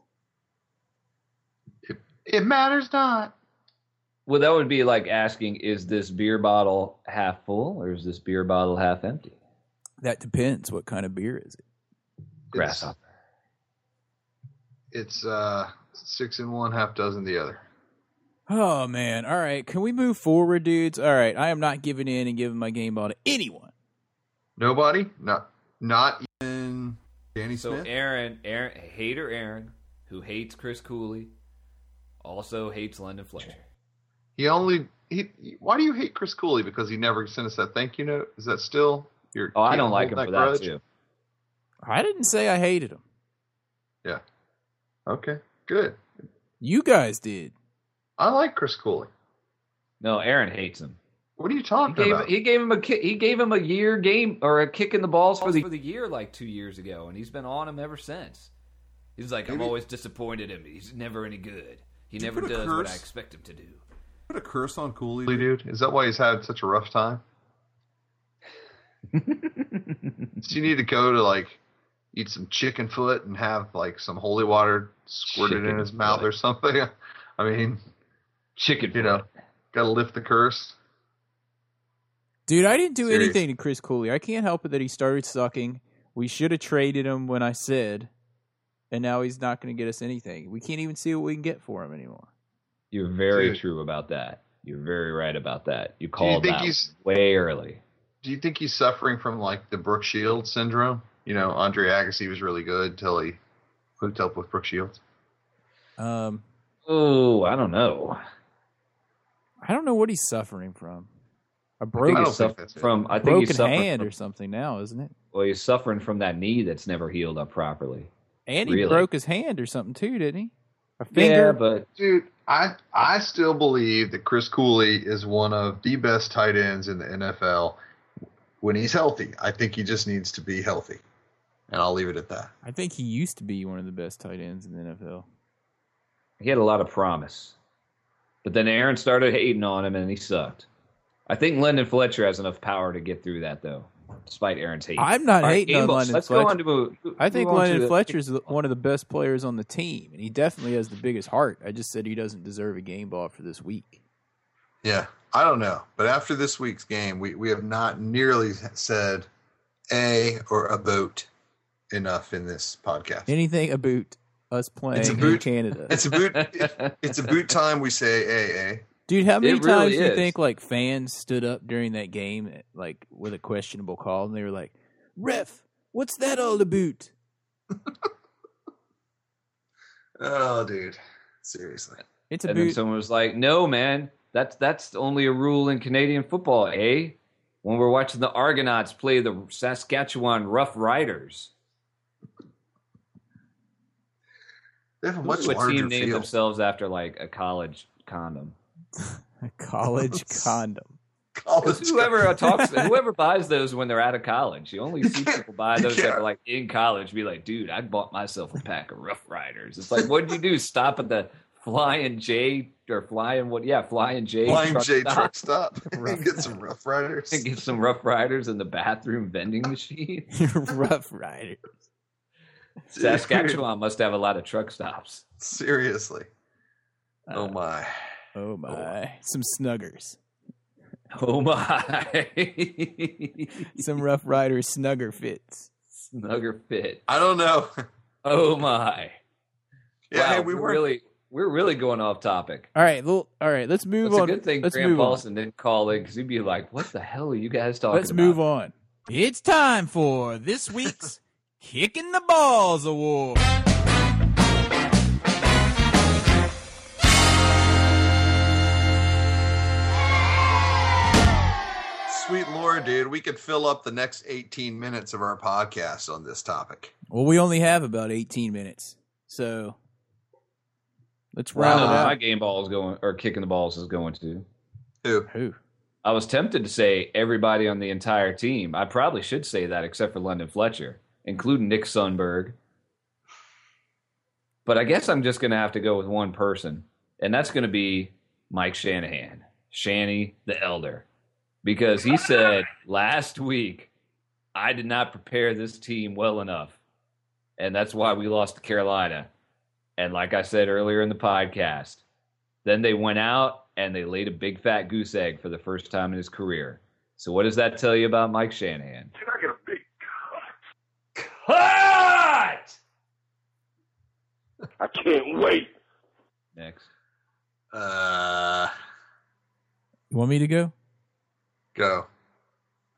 D: It matters not.
E: Well, that would be like asking, is this beer bottle half full or is this beer bottle half empty?
C: That depends. What kind of beer is it?
E: Grasshopper.
D: It's uh six in one, half dozen the other.
C: Oh man! All right, can we move forward, dudes? All right, I am not giving in and giving my game ball to anyone.
D: Nobody? Not not even Danny
E: So
D: Smith.
E: Aaron, Aaron, hater Aaron, who hates Chris Cooley, also hates London Fletcher.
D: He only he. Why do you hate Chris Cooley? Because he never sent us that thank you note. Is that still your?
E: Oh, I don't like him
D: holding
E: for that
D: grudge?
E: too.
C: I didn't say I hated him.
D: Okay, good.
C: You guys did.
D: I like Chris Cooley.
E: No, Aaron hates him.
D: What are you
E: He
D: talking
E: gave,
D: about?
E: he gave him a ki- he gave him a year game or a kick in the balls for the for the year like two years ago, and he's been on him ever since. He's like, I've always disappointed him. He's never any good. He
J: you
E: never
J: put a
E: does what I
J: curse?
E: expect him to do.
J: Put a curse on Cooley.
D: Cooley,
J: dude.
D: dude, is that why he's had such a rough time? so you need to go to like eat some chicken foot and have like some holy water squirted in
E: Chicken
D: his mouth
E: foot.
D: or something. I mean,
E: Chicken,
D: you know, gotta lift the curse.
C: Dude, I didn't do
D: Serious.
C: anything to Chris Cooley. I can't help it that he started sucking. We should have traded him when I said, and now he's not going to get us anything. We can't even see what we can get for him anymore.
E: You're very
D: Dude.
E: true about that. You're very right about that. You
D: called think that he's-
E: way early.
D: Do you think he's suffering from like the Brooke Shields syndrome? You know, Andre Agassi was really good until he hooked up with Brooke Shields.
C: Um,
E: Oh, I don't know.
C: I don't know what he's suffering from. A
E: I think
D: I
C: broken,
D: don't
E: he's
D: think
E: suffering
D: that's it.
E: from. I think
C: broken
E: he's suffering.
C: hand
E: from-
C: or something now, isn't it?
E: well, he's suffering from that knee that's never healed up properly.
C: And he
E: Really?
C: broke his hand or something too, didn't he? A
E: Yeah,
C: finger.
E: but
D: Dude, I I still believe that Chris Cooley is one of the best tight ends in the NFL when he's healthy. I think he just needs to be healthy. And I'll leave it at that.
C: I think he used to be one of the best tight ends in the NFL.
E: he had a lot of promise. But then Aaron started hating on him, and he sucked. I think Lyndon Fletcher has enough power to get through that, though, despite Aaron's hate.
C: I'm not
E: All right,
C: hating on
E: Abel,
C: Lyndon
E: let's
C: Fletcher.
E: Go on to move,
C: I think
E: move on to
C: Lennon
E: the-
C: Fletcher's the- one of the best players on the team, and he definitely has the biggest heart. I just said he doesn't deserve a game ball for this week.
D: Yeah, I don't know. But after this week's game, we, we have not nearly said a or a boot enough in this podcast.
C: Anything about us playing in
D: boot.
C: Canada,
D: It's a boot. it's a boot time. We say AA.
C: dude? How many
E: It really
C: times do you
E: is.
C: think like fans stood up during that game, like with a questionable call, and they were like, "Ref, what's that all about?"
D: Oh, dude, seriously.
C: It's a
E: And then
C: boot.
E: someone was like, "No, man, that's that's only a rule in Canadian football, eh? When we're watching the Argonauts play the Saskatchewan Rough Riders,
D: They have a
E: Who-
D: much
E: what
D: larger
E: team named
D: field.
E: themselves after like a college condom?
C: a college condom.
D: College
E: 'Cause whoever uh, talks, whoever buys those when they're out of college, you only see
D: can't-
E: people buy
D: you
E: those that
D: can't-
E: are like in college. Be like, dude, I bought myself a pack of Rough Riders. It's like, what did you do? Stop at the Flying J or Flying what? Yeah, Flying J.
D: Blind
E: truck
D: J
E: stop.
D: truck stop and get some Rough Riders.
E: and get some Rough Riders in the bathroom vending machine.
C: Rough Rider.
E: Saskatchewan must have a lot of truck stops.
D: Seriously.
C: Uh,
D: oh my.
C: Oh my! Some snuggers.
E: Oh my!
C: Some Rough Rider snugger fits.
E: Snugger fit.
D: I don't know.
E: Oh my!
D: Yeah,
E: wow,
D: hey, we
E: we're
D: were
E: really we're really going off topic.
C: All right, well, all right. Let's move
E: It's a
C: on.
E: good thing
C: let's
E: Graham
C: move on.
E: Paulson didn't call in because he'd be like, "What the hell are you guys talking
C: Let's
E: about?"
C: move on. It's time for this week's Kicking the Balls Award.
D: sweet lord, dude. We could fill up the next 18 minutes of our podcast on this topic.
C: Well, we only have about 18 minutes, so let's
E: I
C: round
E: don't know where my
C: it
E: game ball is going, or kicking the balls is going to.
D: Who?
C: out. Who?
E: I was tempted to say everybody on the entire team. I probably should say that, except for London Fletcher, including Nick Sundberg. But I guess I'm just going to have to go with one person, and that's going to be Mike Shanahan, Shanny the Elder, because he said last week, I did not prepare this team well enough, and that's why we lost to Carolina. And like I said earlier in the podcast, then they went out and they laid a big fat goose egg for the first time in his career. So what does that tell you about Mike Shanahan?
G: Can I get a big?
E: Cut!
G: I can't wait.
E: Next.
D: Uh
C: You want me to go?
D: go.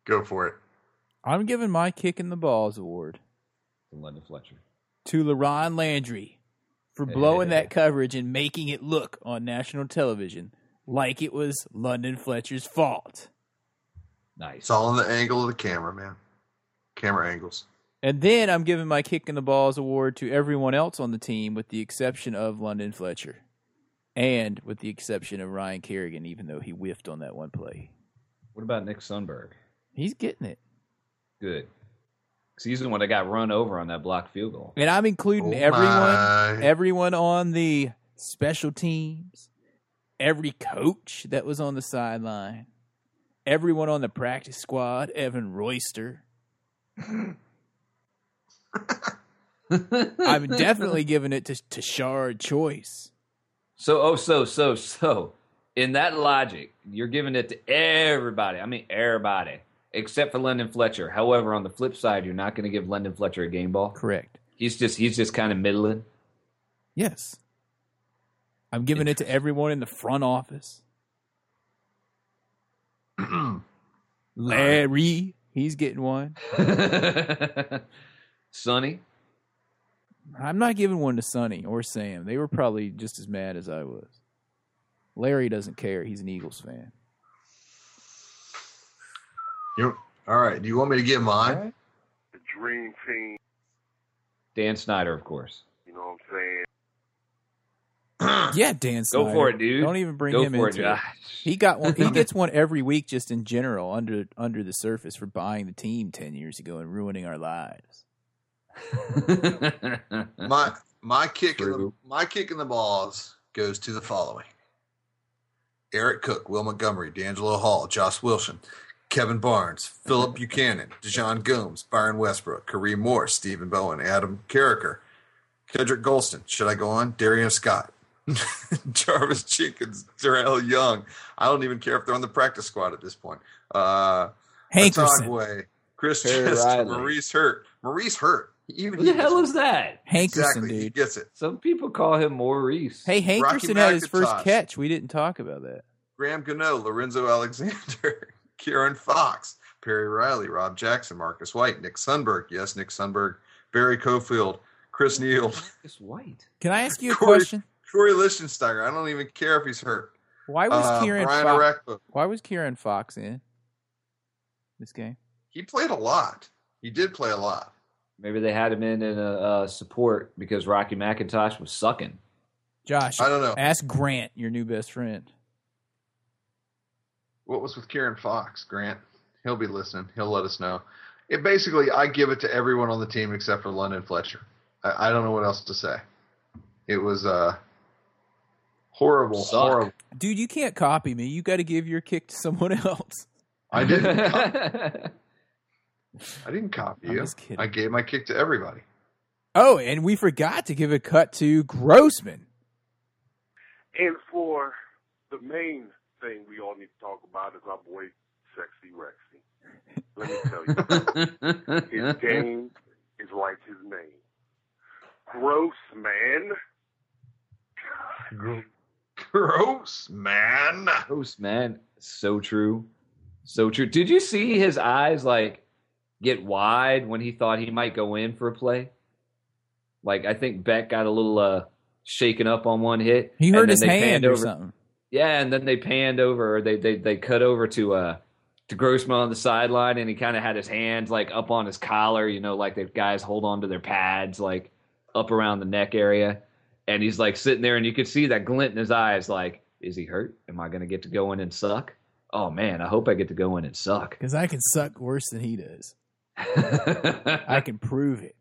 D: Go for it.
C: I'm giving my Kicking the Balls Award
E: From London Fletcher.
C: to LaRon Landry for blowing that coverage and making it look on national television like it was London Fletcher's fault.
E: Nice.
D: It's all in the angle of the camera, man. Camera angles.
C: And then I'm giving my kick in the balls award to everyone else on the team, with the exception of London Fletcher, and with the exception of Ryan Kerrigan, even though he whiffed on that one play.
E: What about Nick Sundberg?
C: He's getting it,
E: Good. 'Cause He's the one that got run over on that blocked field goal.
C: and I'm including
D: Oh
C: everyone,
D: my.
C: everyone on the special teams, every coach that was on the sideline, everyone on the practice squad, Evan Royster. I'm definitely giving it to to Shard Choice.
E: So oh so so so in that logic, you're giving it to everybody. I mean everybody. Except for London Fletcher. However, on the flip side, you're not going to give London Fletcher a game ball.
C: Correct.
E: He's just he's just kind of middling.
C: Yes. I'm giving it to everyone in the front office. Larry, he's getting one.
E: Sonny.
C: I'm not giving one to Sonny or Sam. They were probably just as mad as I was. Larry doesn't care. He's an Eagles fan.
D: You all right? Do you want me to give mine?
C: Alright.
G: The dream team.
E: Dan Snyder, of course.
G: You know what I'm saying?
C: Yeah, Dan Snyder.
E: Go for it, dude.
C: Don't even bring
E: Go
C: him
E: for
C: into
E: it,
C: it.
E: Josh.
C: He got one. He gets one every week, just in general, under under the surface for buying the team ten years ago and ruining our lives.
D: My my kick in the,
E: True.
D: my kick in the balls goes to the following: Eric Cook, Will Montgomery, D'Angelo Hall, Josh Wilson, Kevin Barnes, Philip Buchanan, Dejon Gomes, Byron Westbrook, Kareem Moore, Stephen Bowen, Adam Carricker, Kendrick Golston. Should I go on? Darian Scott. Jarvis Jenkins, Darrell Young. I don't even care if they're on the practice squad at this point. Uh,
C: Hankerson.
D: Otagwe, Chris
E: Perry
D: Chester,
E: Riley.
D: Maurice Hurt. Maurice Hurt. Even
E: Who the
D: he
E: hell
D: gets
E: is that?
C: Hankerson,
D: Exactly. He
C: dude.
D: gets it.
E: Some people call him Maurice.
C: Hey,
D: Rocky
C: Hankerson had his first
D: McIntosh.
C: catch. We didn't talk about that.
D: Graham Gano, Lorenzo Alexander, Kieran Fox, Perry Riley, Rob Jackson, Marcus White, Nick Sunberg. Yes, Nick Sunberg. Barry Cofield, Chris Neal,
E: Marcus White.
C: Can I ask you a
D: Corey-
C: question?
D: Corey Lichtensteiger. I don't even care if he's hurt.
C: Why was
D: Uh,
C: Kieran
D: Brian
C: Fox?
D: Arakpo.
C: Why was Kieran Fox in this game?
D: He played a lot. He did play a lot.
E: Maybe they had him in in a, uh support because Rocky McIntosh was sucking.
C: Josh,
D: I don't know.
C: ask Grant, your new best friend.
D: What was with Kieran Fox, Grant? He'll be listening. He'll let us know. It basically, I give it to everyone on the team except for London Fletcher. I, I don't know what else to say. It was uh, horrible,
E: Suck.
D: horrible.
C: Dude, you can't copy me. You got to give your kick to someone else.
D: I didn't. co- I didn't copy
C: I'm
D: you.
C: just kidding.
D: I gave my kick to everybody.
C: Oh, and we forgot to give a cut to Grossman.
G: And for the main thing we all need to talk about is our boy Sexy Rexy. Let me tell you. His game is like his name. Gross man.
D: Gross, man.
E: Gross, man. So true. So true. Did you see his eyes like get wide when he thought he might go in for a play? Like I think Beck got a little uh shaken up on one hit.
C: He
E: and
C: hurt
E: then
C: his
E: they
C: hand
E: panned
C: or
E: over-
C: something.
E: Yeah, and then they panned over or they they they cut over to uh to Grossman on the sideline and he kinda had his hands like up on his collar, you know, like the guys hold on to their pads, like up around the neck area. And he's like sitting there and you could see that glint in his eyes, like, is he hurt? Am I gonna get to go in and suck? Oh man, I hope I get to go in and suck.
C: Because I can suck worse than he does. I can prove it.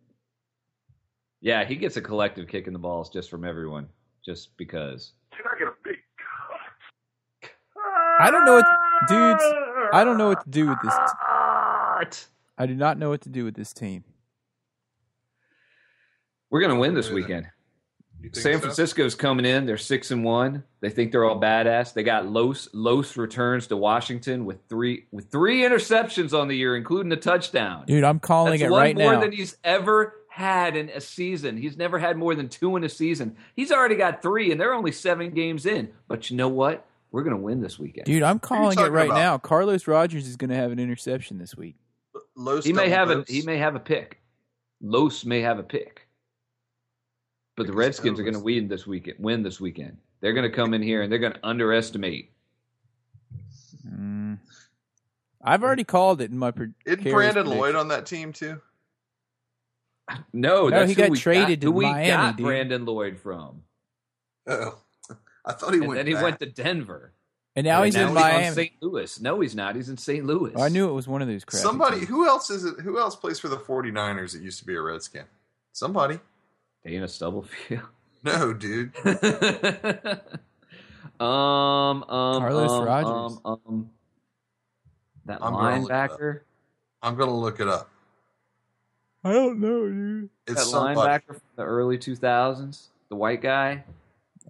E: yeah, he gets a collective kick in the balls just from everyone, just because.
G: Can I get a big
C: I don't know what, dudes. I don't know what to do with this. t-
E: Art.
C: I do not know what to do with this team.
E: We're gonna win this weekend.
D: You think
E: San
D: so?
E: Francisco's coming in. They're six and one. They think they're all badass. They got Los Los returns to Washington with three with three interceptions on the year, including a touchdown.
C: Dude, I'm calling
E: That's
C: it
E: one
C: right
E: more
C: now.
E: than he's ever had in a season. He's never had more than two in a season. He's already got three, and they're only seven games in. But you know what? We're gonna win this weekend.
C: Dude, I'm calling it
D: talking
C: right
D: about?
C: now. Carlos Rogers is going to have an interception this week.
D: Los
E: he may
D: double
E: have a
D: votes.
E: he may have a pick. Los may have a pick. But the
D: Because
E: Redskins are
D: Los-
E: going to win this weekend. Win this weekend. They're going to come in here and they're going to underestimate. Hmm.
C: Mm. I've already called it in my. Pre-
D: Isn't
C: Carey's
D: Brandon
C: prediction.
D: Lloyd on that team too?
E: No,
C: No,
E: that's
C: he
E: who
C: got
E: we
C: traded
E: got,
C: to
E: who we
C: Miami,
E: got
C: dude.
E: Brandon Lloyd from,
D: Oh, I thought he
E: and
D: went.
E: then he
D: back.
E: went to Denver.
C: And now
E: And
C: he's
E: now
C: in
E: on
C: Miami.
E: St. Louis. No, he's not. He's in St. Louis.
C: Oh, I knew it was one of those crappy
D: Somebody
C: teams.
D: who else is it? Who else plays for the 49ers that used to be a Redskin? Somebody.
E: Dana Stubblefield.
D: No, dude.
E: um, um,
C: Carlos
E: um,
C: Rogers.
E: Um, um, that
D: I'm gonna look it up.
E: linebacker.
D: I'm gonna look it up.
C: I don't know, dude.
D: It's
E: that
D: somebody.
E: linebacker from the early 2000s, the white guy.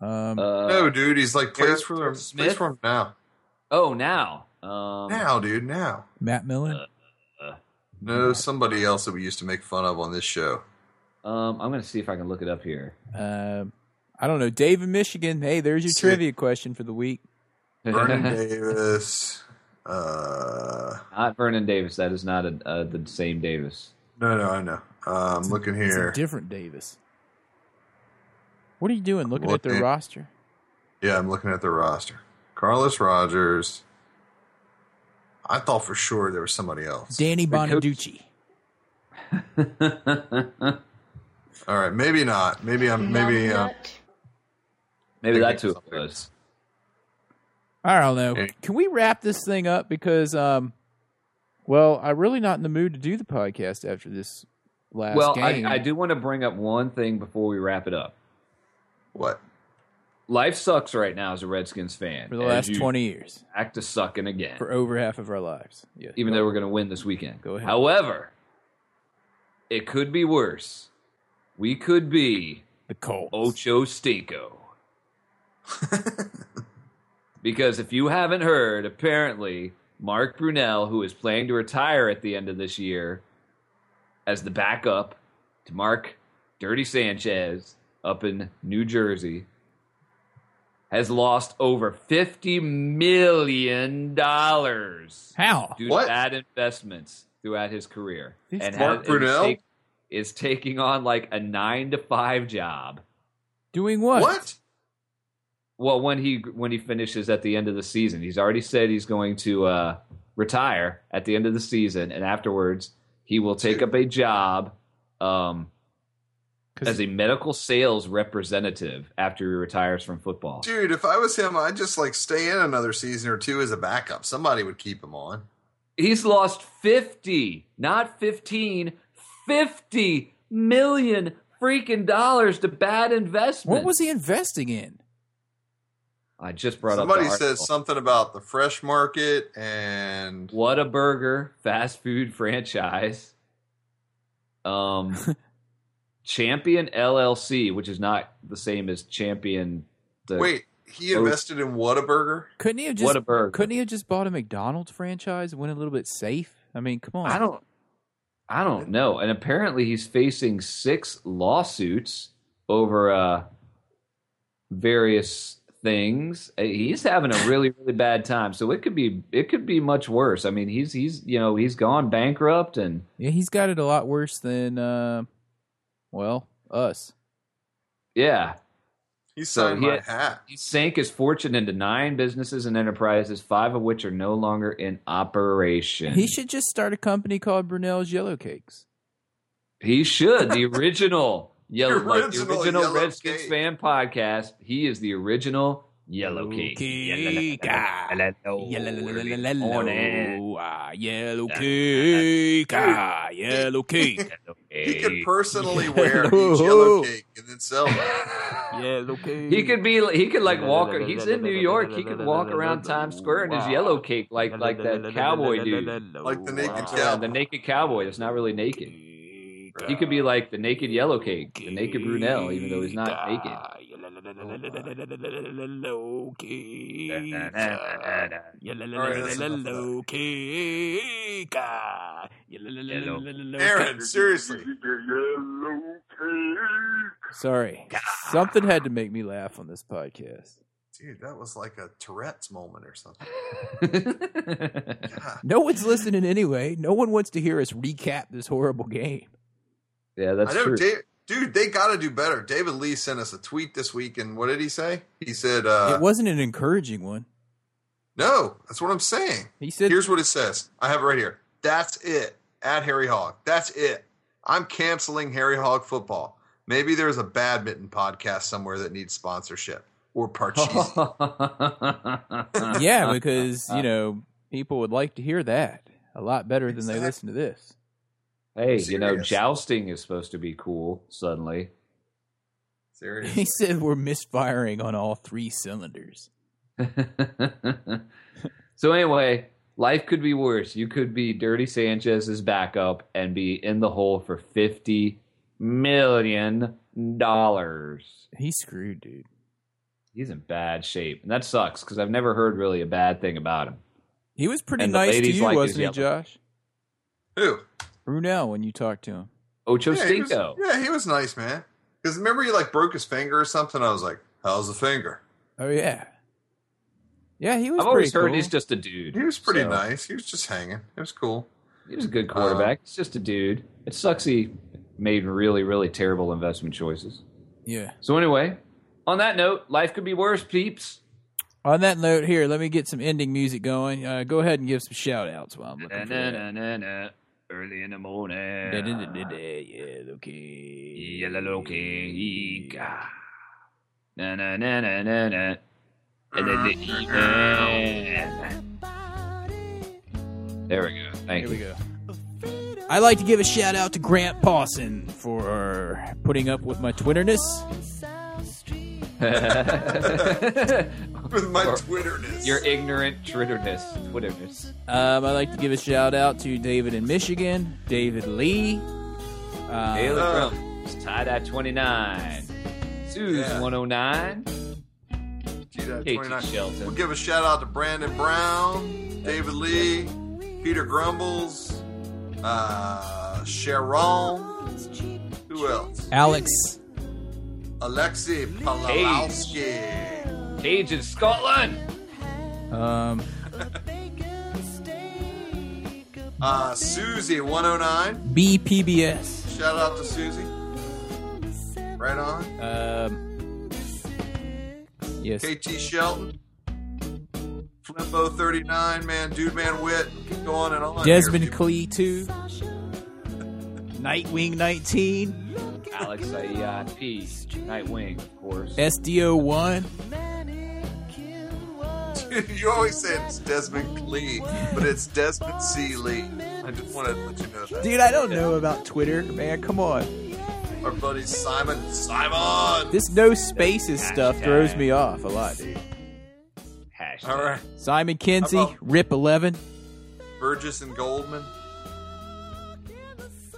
C: Um,
E: Uh,
D: no, dude. He's like plays
E: Eric
D: for them. Plays
E: Smith?
D: for them now.
E: Oh, now. Um,
D: now, dude. Now.
C: Matt Millen.
E: uh,
D: No, somebody else that we used to make fun of on this show.
E: Um, I'm going to see if I can look it up here.
C: Um, I don't know. Dave in Michigan. Hey, there's your
D: Sick.
C: trivia question for the week.
D: Vernon Davis. Uh,
E: not Vernon Davis. That is not a, uh the same Davis.
D: no, no, I know. Uh, I'm looking
C: It's
D: here.
C: a different Davis. What are you doing? Looking at their
D: Looking.
C: roster?
D: Yeah, I'm looking at the roster. Carlos Rogers. I thought for sure there was somebody else.
C: Danny
E: Their coach-
C: Bonaducci.
D: All right, maybe not. Maybe I'm. Maybe uh,
E: Maybe that's who it was.
C: I don't know.
D: Hey.
C: Can we wrap this thing up? Because, um, well, I'm really not in the mood to do the podcast after this last
E: Well, I,
C: game.
E: I do want to bring up one thing before we wrap it up.
D: what?
E: Life sucks right now as a Redskins fan.
C: for the
E: as
C: last
E: you
C: 20 years,
E: back to sucking again.
C: for over half of our lives. Yeah.
E: even though we're going to win this weekend.
C: Go ahead.
E: However, it could be worse. We could be
C: the Colts.
E: Ocho Stinko. because if you haven't heard, apparently Mark Brunell, who is planning to retire at the end of this year as the backup to Mark Dirty Sanchez up in New Jersey, has lost over $50 million due
C: How?
E: to
D: What?
E: bad investments throughout his career. And
D: Mark
E: has- and is
D: Brunell?
E: take- is taking on like a nine to five job.
C: Doing what?
D: What?
E: Well, when he when he finishes at the end of the season, he's already said he's going to uh, retire at the end of the season, and afterwards he will take up a job um,
C: 'Cause-
E: as a medical sales representative after he retires from football.
D: Dude, if I was him, I'd just like stay in another season or two as a backup. Somebody would keep him on.
E: He's lost fifty, not fifteen, fifty million freaking dollars to bad investments.
C: What was he investing in?
E: I just brought
D: Somebody
E: up. the
D: says
E: article.
D: something about the fresh market and
E: What a burger fast food franchise. Um Champion LLC, which is not the same as Champion the
D: wait, he
E: Oh.
D: invested in Whataburger.
C: Couldn't he have just
E: What a burger.
C: couldn't he have just bought a McDonald's franchise and went a little bit safe? I mean, come on.
E: I don't I don't know. And apparently he's facing 6 lawsuits over uh various things. Uh, He's having a really really bad time. So it could be it could be much worse. I mean, he's he's you know, he's gone bankrupt and
C: Yeah, he's got it a lot worse than uh, well, us.
E: yeah,
D: He
E: So
D: signed
E: he
D: my
E: had-
D: hat.
E: He sank his fortune into nine businesses and enterprises, five of which are no longer in operation.
C: He should just start a company called Brunel's Yellow Cakes.
E: He should. The original yellow,
D: The
E: like, the
D: original
E: original
D: Yellow
E: Redskins
D: Cake.
E: fan podcast. He is the original yellow cake.
C: Cake.
E: On it.
C: ah, yellow cake, ah, yellow cake,
D: He could personally
C: Yeah.
D: wear each yellow cake and then sell that.
C: yellow cake.
E: He could be. He could like walk. He's in New York. He could walk around Times Square in his yellow cake, like like that cowboy dude,
D: Like the
C: Ah,
D: naked
E: Yeah,
D: cow.
E: the naked cowboy that's not really naked. He could be like the naked yellow cake, the naked Brunel, even though he's
C: Ah,
E: not naked.
C: Ah,
D: All right, that's enough of that.
C: Ah,
D: Aaron, seriously.
C: Sorry, something had to make me laugh on this podcast.
D: Dude, that was like a Tourette's moment or something.
C: No one's listening anyway. No one wants to hear us recap this horrible game.
E: yeah, that's
D: I know,
E: true.
D: Dave, dude, they got to do better. David Lee sent us a tweet this week, and what did he say? He said, uh,
C: it wasn't an encouraging one.
D: No, that's what I'm saying.
C: He said,
D: Here's what it says. I have it right here. That's it. At Harry Hog. That's it. I'm canceling Harry Hog football. Maybe there's a badminton podcast somewhere that needs sponsorship or Parcheesi.
C: "Yeah, because you know people would like to hear that a lot better than they listen to this."
E: hey, you know,
D: Serious.
E: jousting is supposed to be cool suddenly.
D: Seriously.
C: He said we're misfiring on all three cylinders.
E: so anyway, life could be worse. You could be Dirty Sanchez's backup and be in the hole for fifty million dollars.
C: He's screwed, dude.
E: He's in bad shape, and that sucks because I've never heard really a bad thing about him.
C: He was pretty
E: And the
C: nice to
E: ladies
C: you,
E: like his
C: wasn't he,
E: yellow.
C: Josh?
D: Who?
C: Brunel, when you talked to him.
E: Ocho
D: Yeah, he was,
E: Stinko.
D: yeah, he was nice, man. Because remember he like broke his finger or something? I was like, how's the finger?
C: Oh yeah, yeah. He was.
E: I've always
C: pretty
E: heard
C: cool.
E: he's just a dude.
D: He was pretty
E: so-
D: nice. He was just hanging. It was cool.
E: Uh, He was a good quarterback. He's just a dude. It sucks he made really, really terrible investment choices.
C: Yeah.
E: So anyway, on that note, life could be worse, peeps.
C: On that note, here, let me get some ending music going. Uh, go ahead and give some shout outs while I'm looking for that.
E: Na-na-na-na-na. Early in the morning.
C: Da-da-da-da-da, Yeah, okay.
E: Yellow cake. Na na na na na na. And then the There we go. Thank
C: Here
E: you.
C: we go. I'd like to give a shout out to Grant Pawson for putting up with my Twitterness.
E: With
D: my Twitterness.
E: Your ignorant Twitterness. Twitterness.
C: Um, I'd like to give a shout out to David in Michigan, David Lee. Uh,
E: Daily
D: Uh.
E: Crumb. Tie dye 29. Sue's
D: Yeah.
E: 109. Katie
D: 29.
E: Shelton.
D: uh, We'll give a shout out to Brandon Brown, David Lee, Peter Grumbles, uh, Sharon. Who else?
C: Alex.
D: Alexei Palalowski.
E: Cage in Scotland.
C: Um,
D: Uh, Susie 109.
C: BPBS.
D: Shout out to Susie. Right on.
C: Um, yes.
D: KT Shelton. Flimbo 39, man, dude, man, wit. Go on and on.
C: Desmond
D: here.
C: Clee, too. Nightwing 19.
E: Alex Ayat. P. Nightwing, of course.
C: SDO1.
D: you always say it's Desmond Clee, but it's Desmond C. Lee. I just want to let you know that.
C: Dude, I don't know about Twitter, man. Come on.
D: Our buddy Simon. Simon!
C: This no spaces stuff throws me off a lot, dude.
E: Hashtag.
D: All right.
C: Simon
D: How
C: Kinsey,
D: about-
C: Rip11,
D: Burgess and Goldman.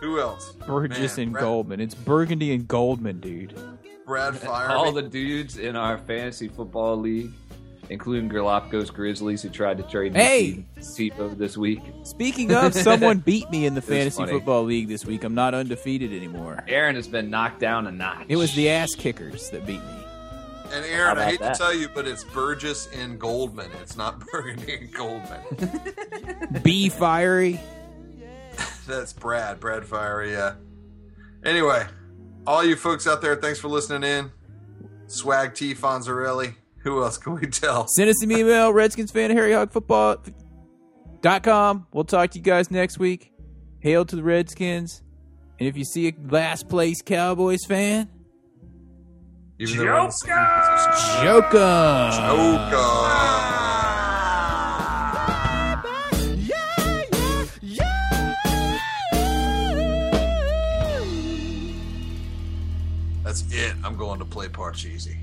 D: Who else?
C: Burgess,
D: Man,
C: and
D: Brad-
C: Goldman. It's Burgundy and Goldman, dude.
D: Brad Fire.
E: all the dudes in our fantasy football league, including Galapagos Grizzlies, who tried to trade me
C: Hey!
E: Tebow this week.
C: Speaking of, someone beat me in the fantasy
E: funny.
C: football league this week. I'm not undefeated anymore.
E: Aaron has been knocked down a notch.
C: It was the ass kickers that beat me.
D: and
E: How
D: Aaron,
E: about
D: I hate
E: that?
D: to tell you, but it's Burgess and Goldman. It's not Burgundy and Goldman.
C: Be fiery.
D: That's Brad. Brad Fire, yeah. Anyway, all you folks out there, thanks for listening in. Swag T. Fonzarelli. Who else can we tell?
C: Send us an email, Redskins fan dot com. We'll talk to you guys next week. Hail to the Redskins. And if you see a last place Cowboys fan,
D: Even though we're in the same position.
C: joke 'em.
D: Oh, God. That's it. I'm going to play Parcheesi.